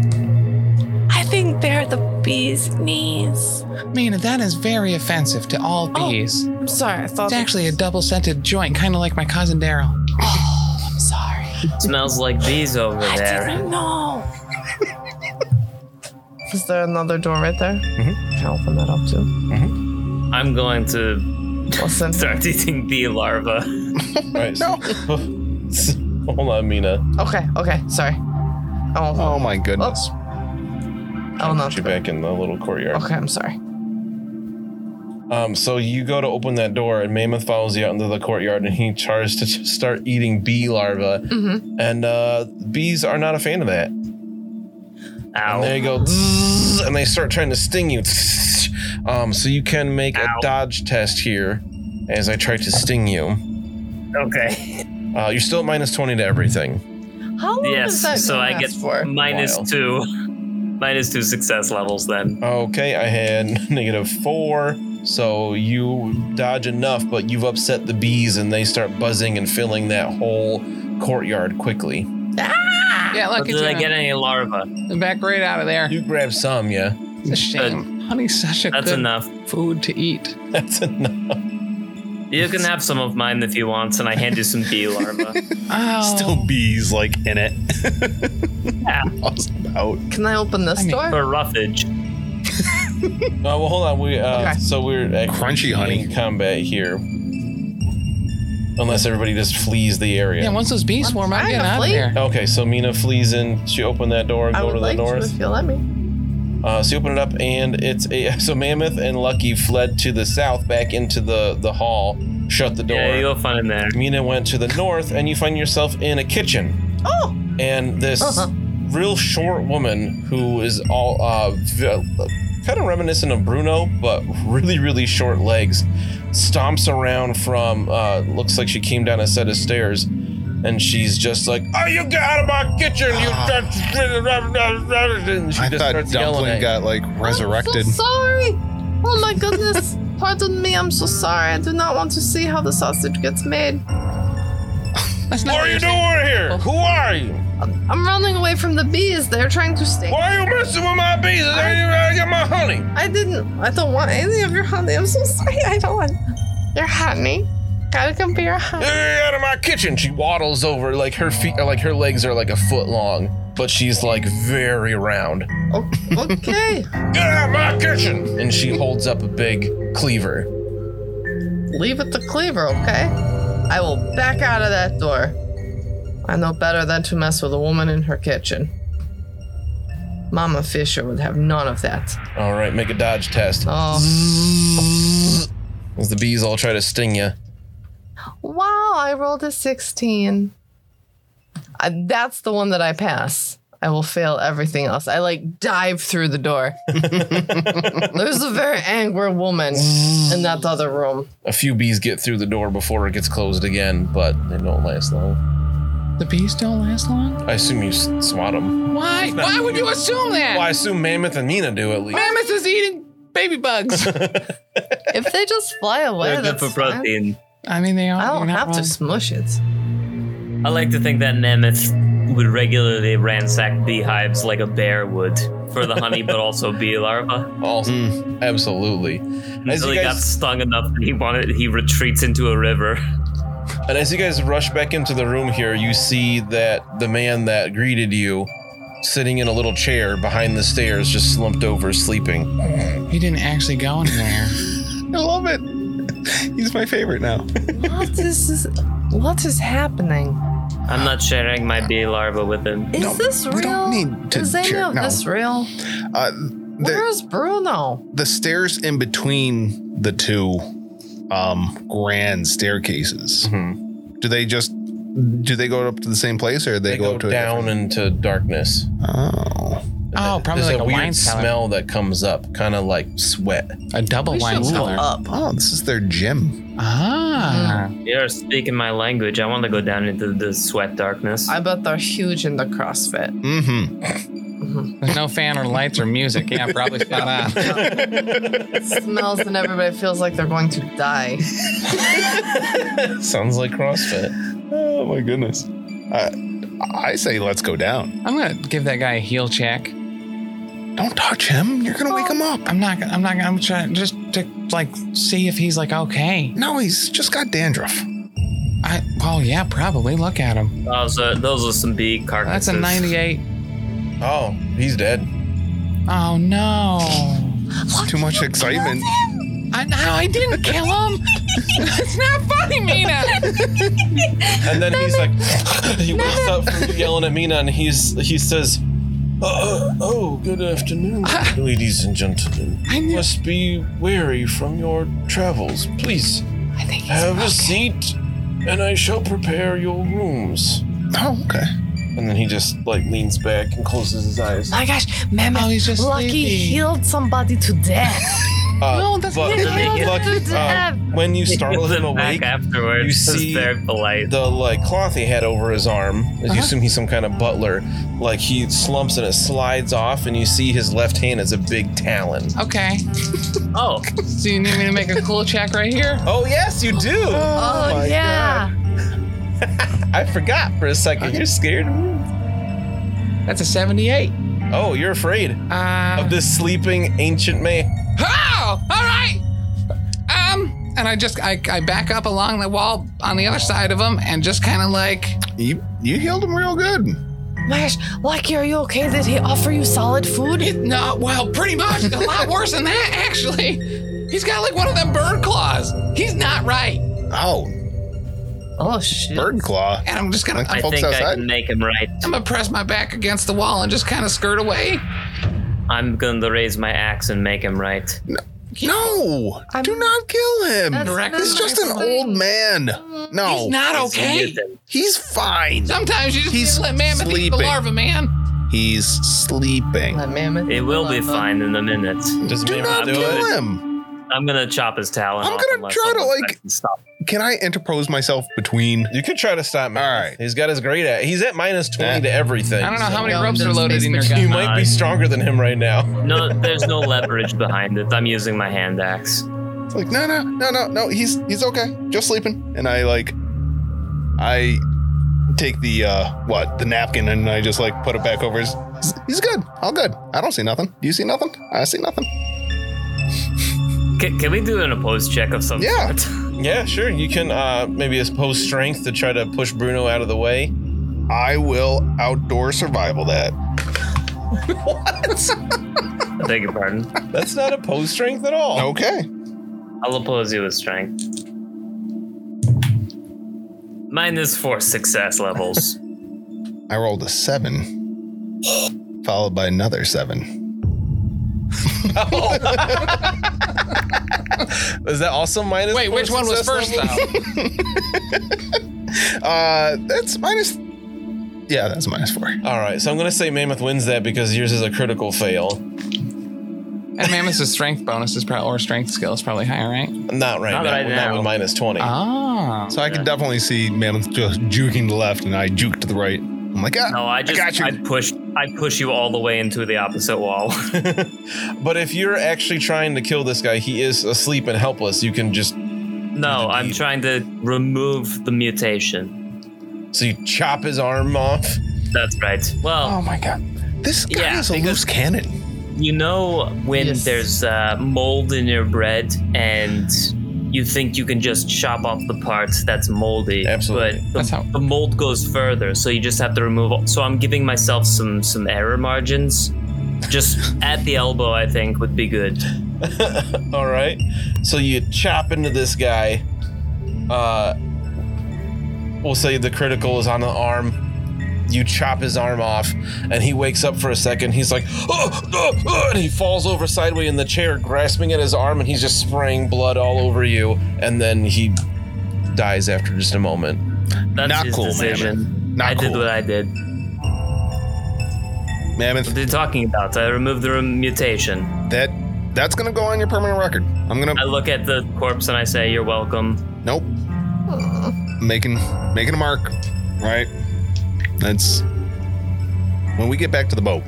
I think they're the bees' knees.
Mina, that is very offensive to all
Oh,
bees.
I'm sorry. I thought
it's actually a double scented joint, kind of like my cousin Daryl.
I'm sorry.
Smells like bees over there.
know. Is there another door right there? Mm-hmm. Can I open that up too?
I'm going to
Listen.
start eating bee larvae.
All right, so- Hold on, Mina.
Okay. Okay. Sorry. I won't.
Oh my goodness.
I will Oh, not.
Put you back in the little courtyard.
Okay. I'm sorry.
Um, so you go to open that door, and Mammoth follows you out into the courtyard, and he tries to just start eating bee larvae. And uh, bees are not a fan of that. And
Ow.
they go, "Tzzz," and they start trying to sting you. Tzzz. Um, so you can make a dodge test here as I try to sting you.
Okay.
Uh, you're still at minus 20 to everything.
How long is that
Yes. So
gonna
I get
last for?
minus
Wild.
two. Minus two success levels then.
Okay, I had negative four. So you dodge enough, but you've upset the bees, and they start buzzing and filling that whole courtyard quickly.
Ah.
Yeah, look,
But
it's
did I
gonna
get any larvae?
back right out of there.
You grab some, yeah.
It's a shame. Honey's such a
That's
good
enough.
food to eat.
That's enough.
You can have some of mine if you want, and I hand you some bee larvae.
Oh,
Still bees like in it.
Yeah.
Awesome. Out.
Can I open this
I mean-
door?
Or roughage.
Uh, well, hold on. We uh,
Okay.
so we're at
Crunchy honey.
in combat here. Unless everybody just flees the area.
yeah, once those bees swarm, I'm
trying
getting
to
out of
flee.
here.
okay, so Mina flees in. She opened that door and
I
go
would
to the
like to
north.
if you let me.
Uh, so you open it up, and it's a so Mammoth and Lucky fled to the south, back into the the hall, shut the door.
Yeah, you'll find there.
Mina went to the north, and you find yourself in a kitchen.
Oh.
And this
Uh-huh.
real short woman who is all uh, kind of reminiscent of Bruno, but really, really short legs, stomps around from uh, looks like she came down a set of stairs. And she's just like, "Oh, you get out of my kitchen! You!" And she
I
just
Ah. thought
starts yelling.
Dumpling
At you.
got like resurrected.
I'm so sorry. Oh my goodness. Pardon me. I'm so sorry. I do not want to see how the sausage gets made.
That's
What
not
are you doing over here? Who are you?
I'm running away from the bees. They're trying to sting.
Why are you messing with my bees? I get my honey.
I didn't. I don't want any of your honey. I'm so sorry. I don't want your honey. I can be your honey.
"Hey, out of my kitchen. She waddles over like her feet are like her legs are like a foot long, but she's like very round.
O- okay.
Get out of my kitchen! And she holds up a big cleaver.
Leave it to Cleaver, okay? I will back out of that door. I know better than to mess with a woman in her kitchen. Mama Fisher would have none of that.
All right, make a dodge test.
Oh.
As the bees all try to sting you.
Wow, I rolled a 16. I, that's the one that I pass. I will fail everything else. I like dive through the door. There's a very angry woman in that other room.
A few bees get through the door before it gets closed again, but they don't last long.
The bees don't last long.
I assume you s- swat them.
Why? Why would you assume that?
Well, I assume Mammoth and Mina do at
Mm.
least.
Mammoth is eating baby bugs.
If they just fly away,
They're good
that's
for
fine.
protein.
I mean, they are.
I
we're
don't
not
have
wrong.
to smush it.
I like to think that Mammoth would regularly ransack beehives like a bear would for the honey, but also bee larvae.
Awesome. Absolutely. As
Until
you
he got
guys
stung enough that he wanted, he retreats into a river.
And as you guys rush back into the room here, you see that the man that greeted you, sitting in a little chair behind the stairs, just slumped over, sleeping.
He didn't actually go anywhere.
I love it. He's my favorite now.
What is this? What is happening?
I'm not sharing my bee larva with him.
Is
No,
this real?
we don't need to
is any
share-
of
no.
this real?
Uh,
Where
the,
is Bruno?
the stairs in between the two um, grand staircases. Do they just do they go up to the same place or they,
They
go,
go
up to a
down into darkness.
different- Oh,
oh, probably
There's
like a,
a, weird
wine cellar.
smell that comes up, kind of like sweat.
A double
We
wine
should go
cellar.
up.
oh, this is their gym.
Ah.
You're speaking my language. I want to go down into the sweat darkness.
I bet they're huge in the CrossFit.
Mm-hmm.
There's no fan or lights or music. Yeah, probably spot on.
smells and everybody feels like they're going to die.
Sounds like CrossFit.
Oh my goodness. Uh, I say let's go down.
I'm gonna give that guy a heel check.
Don't touch him. You're gonna wake him up.
I'm not. I'm not. I'm trying just to like see if he's like okay.
No, he's just got dandruff.
I. Well, yeah, probably. Look at him.
those, are, those are some bee carcasses.
That's a 98.
Oh, he's dead.
Oh no.
Too much excitement.
I, no, I didn't kill him. it's not funny, Mina.
And then he's like, he wakes up from yelling at Mina, and he's he says, "Oh, oh, oh, good afternoon, ladies and gentlemen.
Uh, I knew-
Must be wary from your travels. Please
I think he's
have a seat, and I shall prepare your rooms."
Oh, okay.
And then he just like leans back and closes his eyes.
My gosh, Mammoth,
Oh, he's just
Lucky
sleepy.
healed somebody to death.
Uh,
No, that's
but
not
right.
lucky, uh, when you startle him awake,
afterwards.
you
It's
see
very polite.
the like cloth he had over his arm, as you
Uh-huh.
assume he's some kind of butler, like he slumps and it slides off, and you see his left hand is a big talon.
Okay.
oh,
So you need me to make a cool check right here?
Oh yes, you do.
Oh, yeah.
I forgot for a second. You're scared.
That's a 78.
Oh, you're afraid
Uh,
of this sleeping ancient man.
Oh, all right. Um, and I just I, I back up along the wall on the other side of him and just kind of like
You you healed him real good.
My gosh, Lucky, are you okay? Did he offer you solid food?
it, no, well, pretty much a lot worse than that actually. He's got like one of them bird claws. He's not right.
Oh,
Oh, shit.
bird claw.
And I'm just gonna
I
I'm,
Folks
think I
outside?
can make him right.
gonna press my back against the wall and just kind of skirt away.
I'm going to raise my axe and make him right.
No,
I'm-
do not kill him.
That's
Direct-
not
He's just an
my
old
thing.
man. No,
Oh, He's not okay.
He's fine.
Sometimes you just need
He's
to let mammoth eat the
sleeping.
larva, man.
He's sleeping.
Let Mammoth
It will be
alone.
fine in a minute.
Does
Do
Mammoth
not
do
kill
it?
him.
I'm gonna chop his talon.
I'm
off
gonna
unless
try to,
someone
like-
tries to stop.
Can I interpose myself between?
You could try to stop him.
All right.
He's got his great at. He's at minus twenty
Yeah.
to everything.
I don't know how many
Yeah,
ropes are
there's
loaded in your
space
You
gun.
might be stronger than him right now.
No, there's no leverage behind it. I'm using my hand axe.
It's like no, no, no, no, no. He's he's okay. Just sleeping. And I like, I take the uh what the napkin and I just like put it back over his. He's good. All good. I don't see nothing. Do you see nothing? I see nothing.
C- can we do an opposed check of some
Yeah.
sort?
Yeah, sure. You can uh, maybe oppose strength to try to push Bruno out of the way.
I will outdoor survival that.
I beg your pardon.
That's not opposed strength at all.
Oh.
Okay.
I'll oppose you with strength. Minus four success levels.
I rolled a seven, followed by another seven.
Is that also minus?
Wait,
for
which one was
success
first
level?
though?
Uh, that's minus. Yeah, that's minus four.
All right, so I'm gonna say Mammoth wins that because yours is a critical fail.
And Mammoth's strength bonus is probably or strength skill is probably higher, right?
Not right
Not
now.
right
not
now.
with minus twenty.
Ah.
So I could definitely see Mammoth just juking to the left, and I juke to the right. I'm like, ah,
No, I just
got you.
I push I push you all the way into the opposite wall.
But if you're actually trying to kill this guy, he is asleep and helpless. You can just
no, I'm trying to remove the mutation.
so you chop his arm off.
That's right. Well,
Oh my god, this guy
Yeah,
is a loose cannon.
you know when
Yes.
there's uh, mold in your bread and you think you can just chop off the part that's moldy,
Absolutely.
but the,
That's how-
the mold goes further, so you just have to remove. all- So I'm giving myself some some error margins. Just at the elbow, I think would be good.
All right, so you chop into this guy. Uh, we'll say the critical is on the arm. You chop his arm off, and he wakes up for a second. He's like, oh, oh, oh," and he falls over sideways in the chair, grasping at his arm, and he's just spraying blood all over you. And then he dies after just a moment.
That's
Not
his
cool, man.
decision.
Not
I did
cool.
what I did.
Mammoth,
What are you talking about? I removed the rem- mutation.
that that's gonna go on your permanent record. I'm gonna
I look at the corpse and I say, "You're welcome."
nope, making making a mark. Right, that's when we get back to the boat.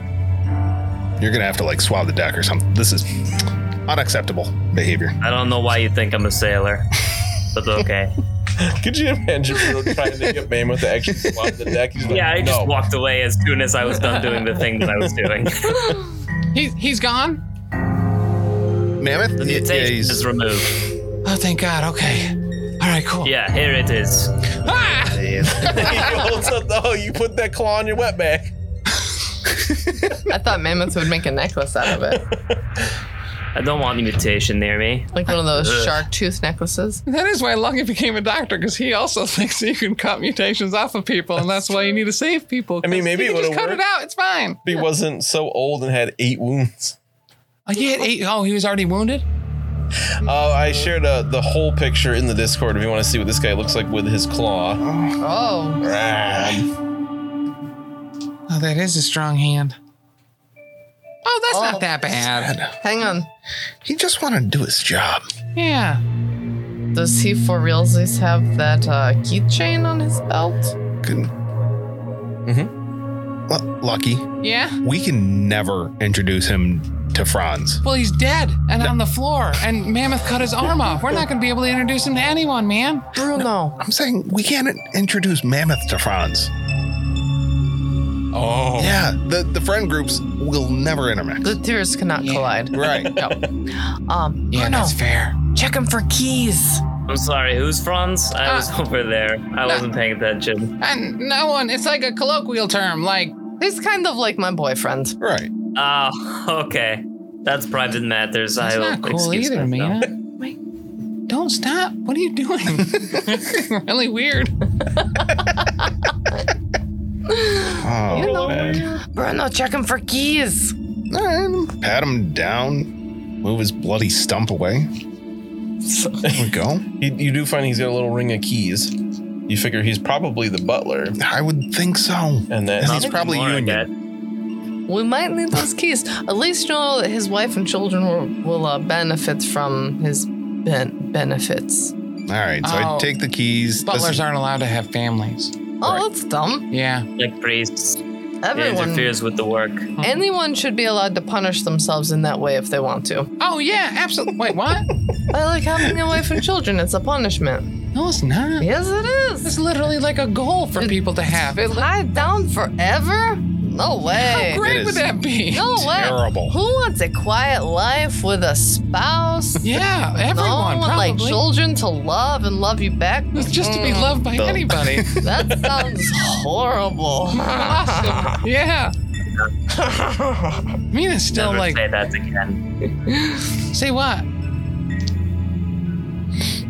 You're gonna have to like swab the deck or something. This is unacceptable behavior.
I don't know why you think I'm a sailor, but okay.
Could you imagine Bruno trying to get Mammoth to actually swap the deck? He's like,
yeah, I just
no.
walked away as soon as I was done doing the thing that I was doing.
He's he's gone?
Mammoth,
The
Yeah,
mutation
he's-
is removed.
Oh thank God, okay. Alright, cool.
Yeah, here it is.
Ah!
He holds up the- oh, you put that claw on your wet back.
I thought mammoths would make a necklace out of it,
I don't want the mutation near me.
like one of those
Ugh.
shark tooth necklaces.
That is why Lucky became a doctor, because he also thinks that you can cut mutations off of people, and that's why you need to save people.
I mean,
'cause
maybe
you
it
can just
would've
cut it
worked.
out. It's fine.
He wasn't so old and had eight wounds.
Oh, he had eight. Oh, he was already wounded.
Uh, I shared uh, the whole picture in the Discord if you want to see what this guy looks like with his claw.
Oh,
Oh, that is a strong hand. Oh, that's not that bad.
hang on.
he just wanted to do his job.
Yeah.
Does he for realsies have that uh, keychain on his belt?
Couldn't. Lu- lucky,
Yeah.
we can never introduce him to Franz.
Well, he's dead and on the floor, and Mammoth cut his arm off. We're not going to be able to introduce him to anyone, man.
Bruno.
I'm saying we can't introduce Mammoth to Franz.
Oh.
Yeah, the, the friend groups will never intermix.
The tears cannot collide.
Right.
Um,
Yeah,
Bruno,
that's fair.
check him for keys.
I'm sorry, who's Franz?
Uh,
I was over there. I wasn't paying attention.
And no one, it's like a colloquial term. Like,
He's kind of like my boyfriend.
Right.
Oh, okay. That's private matters.
that's
I will
not cool
excuse
either,
myself.
man. Wait, don't stop. What are you doing? really weird.
You
Oh,
know? Bruno, check him for keys.
alright, Pat him down, move his bloody stump away. There we go.
You, you do find he's got a little ring of keys. You figure he's probably the butler,
I would think so.
and that
He's
Not
probably
anymore, I
union.
bet.
We might need those keys. At least you know that his wife and children will, will uh, benefit from his ben- benefits.
All right, so I
Oh.
take the keys. This-
Butlers aren't allowed to have families.
Oh, that's dumb.
Yeah.
Like priests, it
Everyone,
interferes with the work.
anyone should be allowed to punish themselves in that way if they want to.
Oh, yeah, absolutely. Wait, what?
I like having a wife and children. It's a punishment.
No, it's not.
Yes, it is.
It's literally like a goal for people to have. It,
Tied down forever? No way.
how great
is.
would that be?
No way.
terrible.
Who wants a quiet life with a spouse?
Yeah,
No
everyone
one would
probably.
like children to love and love you back.
just to be loved by anybody.
That sounds horrible.
awesome. Yeah. Mina's still
Never
like,
say that again.
say what?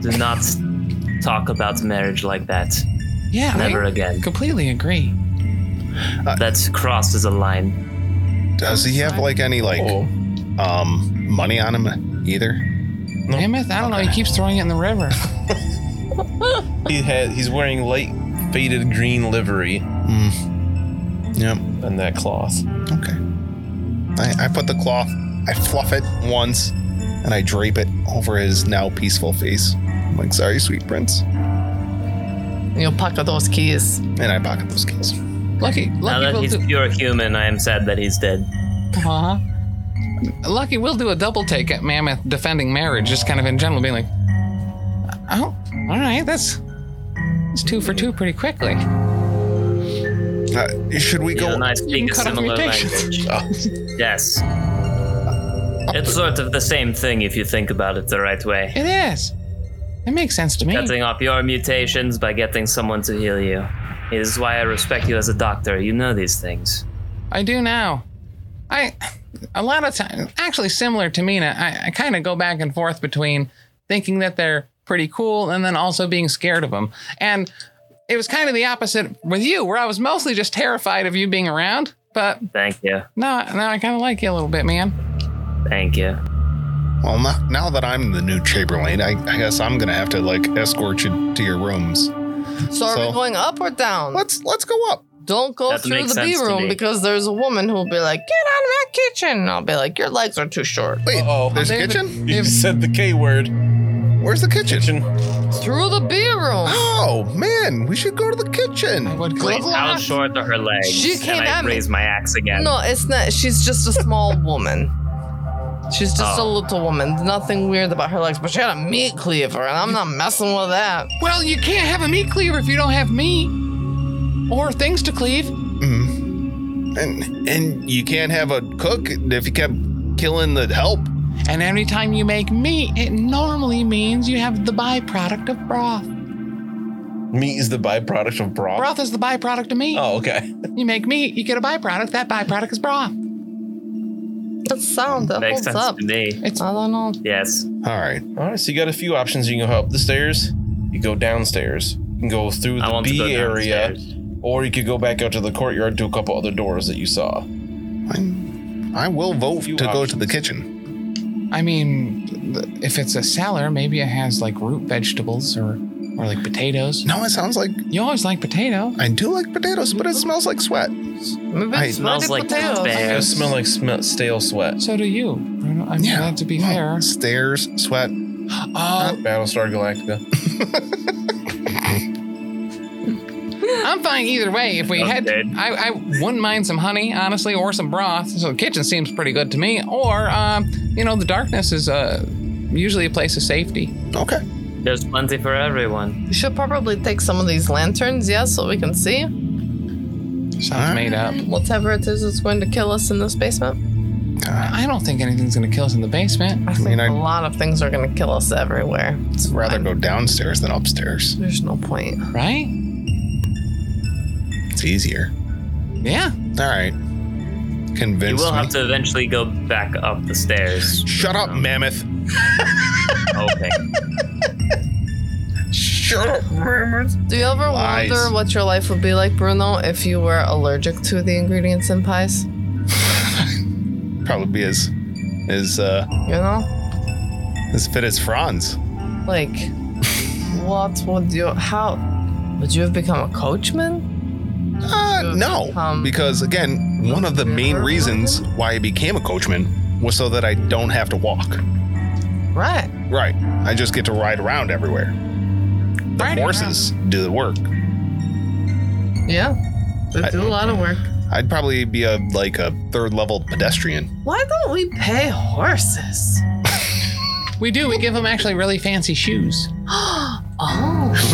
Do not talk about marriage like that.
Yeah,
Never
I
again.
completely agree.
That's crossed as a line.
Does he have like any like
Oh.
um money on him either?
Damn it, I don't know. He keeps throwing it in the river.
He had he's wearing light faded green livery
Yep.
and that cloth.
Okay. I, I put the cloth, I fluff it once, and I drape it over his now peaceful face. I'm like, sorry, sweet prince.
You'll pocket those keys.
And I pocket those keys.
Lucky,
Now
lucky
that
will
he's
do.
pure human, I am sad that he's dead.
Uh-huh. Lucky will do a double take at Mammoth defending marriage, just kind of in general, being like, "Oh, all right, that's it's two for two pretty quickly."
Uh, should we
You
go?
and I speak a
cut off
similar
mutations.
language.
Oh.
Yes. It's sort of the same thing if you think about it the right way.
It is. It makes sense to me.
Cutting off your mutations by getting someone to heal you. It is why I respect you as a doctor. You know these things.
I do now. I a lot of times, actually, similar to Mina, I, I kind of go back and forth between thinking that they're pretty cool and then also being scared of them. And it was kind of the opposite with you, where I was mostly just terrified of you being around. But
Thank you.
no, no, I kind of like you a little bit, man.
Thank you.
Well, now, now that I'm the new Chamberlain, I, I guess I'm gonna have to like escort you to your rooms.
So are
So-
we going up or down?
Let's let's go up.
Don't go
That
through
makes
the B
sense to
room
me.
because there's a woman who'll be like, "Get out of my kitchen!" And I'll be like, "Your legs are too short."
Wait,
Uh-oh.
there's a
They have a-
kitchen.
they
You
have-
said the K word.
Where's the kitchen?
Kitchen.
Through the B room.
Oh man, we should go to the kitchen.
What
Wait,
good-
how
laugh.
short are her legs?
She
and
came
I
at me.
raise my axe again.
No, it's not. She's just a small woman. She's just a
Oh.
little woman. Nothing weird about her legs, but she had a meat cleaver, and I'm not messing with that.
Well, you can't have a meat cleaver if you don't have meat or things to cleave.
And and you can't have a cook if you kept killing the help.
And every time you make meat, it normally means you have the byproduct of broth.
Meat is the byproduct of broth.
Broth is the byproduct of meat.
Oh, okay.
You make meat, you get a byproduct. That byproduct is broth.
That sound that
Makes
holds
sense
up.
to me.
It's
I don't know.
Yes.
All right.
All right, so you got a few options. You can go up the stairs, you go downstairs, you can go through
I
the
want to go
B area,
downstairs.
or you could go back out to the courtyard to a couple other doors that you saw.
I'm, I will vote to
Few
go to the
options.
kitchen.
I mean, th- if it's a cellar, maybe it has like root vegetables or or like potatoes.
No, it sounds like
You always like potato.
I do like potatoes, but it smells like sweat.
Maybe
I-
it's
Smells
sweaty
like
potatoes.
It
bears.
smell like sm- stale sweat.
So do you. I don't- I mean,
Yeah.
that to be
Well,
fair.
Stairs, sweat.
Oh,
Battlestar Galactica.
I'm fine either way. If we had,
Okay.
I, I wouldn't mind some honey, honestly, or some broth. So the kitchen seems pretty good to me. Or, um, you know, the darkness is uh, usually a place of safety.
Okay.
There's plenty for everyone.
We should probably take some of these lanterns, yes, so we can see
Sounds
Alright.
made up.
whatever it is that's going to kill us in this basement.
I don't think anything's gonna kill us in the basement.
I
mean,
think a
I'd-
lot of things are going to kill us everywhere. It's
Rather
fine.
go downstairs than upstairs.
There's no point.
Right?
It's easier.
Yeah.
All right.
You
Convince
will
me.
have to eventually go back up the stairs.
Shut up, mammoth.
Okay.
Shut up, mammoth.
Do you ever
Lies.
wonder what your life would be like, Bruno, if you were allergic to the ingredients in pies?
Probably be as as uh
You know?
as fit as Franz.
Like, what would you? How would you have become a coachman?
Uh, no,
become-
because again, one of the main
River
reasons why I became a coachman was so that I don't have to walk.
Right.
Right. I just get to ride around everywhere. The
Riding
horses do the work.
Yeah. They
I-
do a lot of work.
I'd probably be a like a third level pedestrian.
Why don't we pay horses?
We do. We give them actually really fancy shoes.
oh.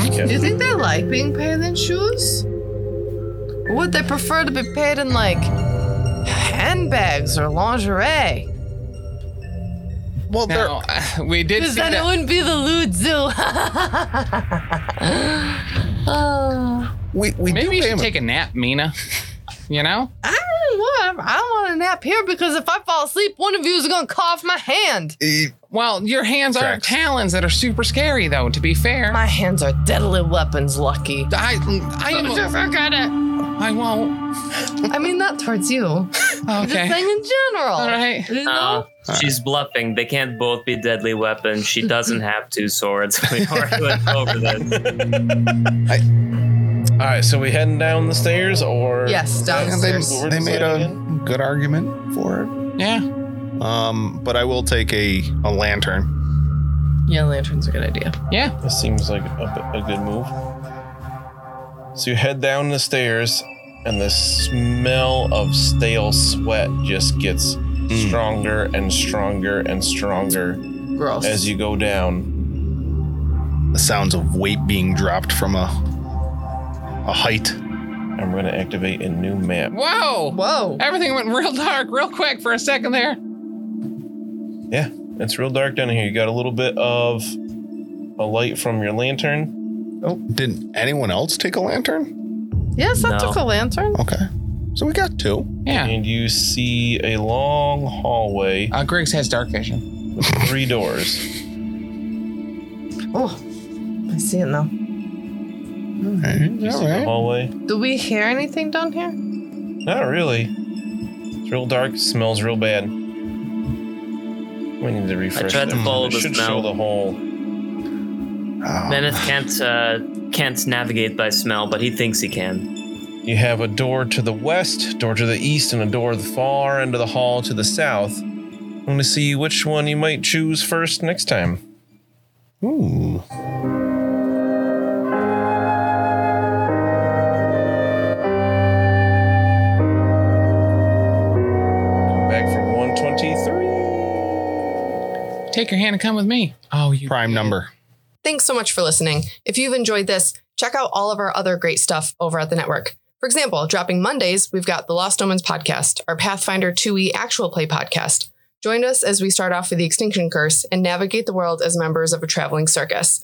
Do you think they like being paid in shoes? Or would they prefer to be paid in like handbags or lingerie?
Well, they're
Now, uh, we did
Because
see
then it
that.
wouldn't be the lewd zoo. Uh,
we we do
Maybe you
pay them-
should take a nap, Mina. You know?
I don't want. I don't want to nap here because if I fall asleep, one of you is gonna cough my hand.
Eh,
Well, your hands aren't
Tracks.
talons that are super scary, though. To be fair,
My hands are deadly weapons, Lucky.
I I am
You forgot it.
I won't.
I mean, not towards you. I'm just
Okay.
saying in general.
All right.
You know?
Uh, she's bluffing. They can't both be deadly weapons. She doesn't have two swords. We already went over this.
All right, so we heading down the stairs, or
yes,
And they,
downstairs.
they made a good argument for it.
Yeah.
Um, but I will take a, a lantern.
Yeah, lantern's a good idea.
Yeah.
This seems like a, a good move. So you head down the stairs, and the smell of stale sweat just gets Hmm. stronger and stronger and stronger
Gross.
as you go down.
The sounds of weight being dropped from a a height.
I'm going to activate a new map.
Whoa.
Whoa.
Everything went real dark, real quick for a second there.
Yeah, it's real dark down here. You got a little bit of a light from your lantern.
Oh, did anyone else take a lantern?
Yes, I
No.
took a lantern.
Okay. So we got two.
Yeah.
And you see a long hallway
Uh, Griggs has dark vision.
with three doors.
Oh, I see it now.
All right.
You see the hallway?
Do we hear anything down here?
Not really. It's real dark. Smells real bad. We need to refresh.
tried to
that.
follow
It
the
should
smell.
show the whole.
Meneth can't uh, can't navigate by smell, but he thinks he can.
You have a door to the west, door to the east, and a door to the far end of the hall to the south. I'm going to see which one you might choose first next time.
Ooh.
Come back from 123.
Take your hand and come with me. Oh, you.
Prime number.
Thanks so much for listening. If you've enjoyed this, check out all of our other great stuff over at the network. For example, dropping Mondays, we've got the Lost Omens podcast, our Pathfinder 2e actual play podcast. Join us as we start off with the Extinction Curse and navigate the world as members of a traveling circus.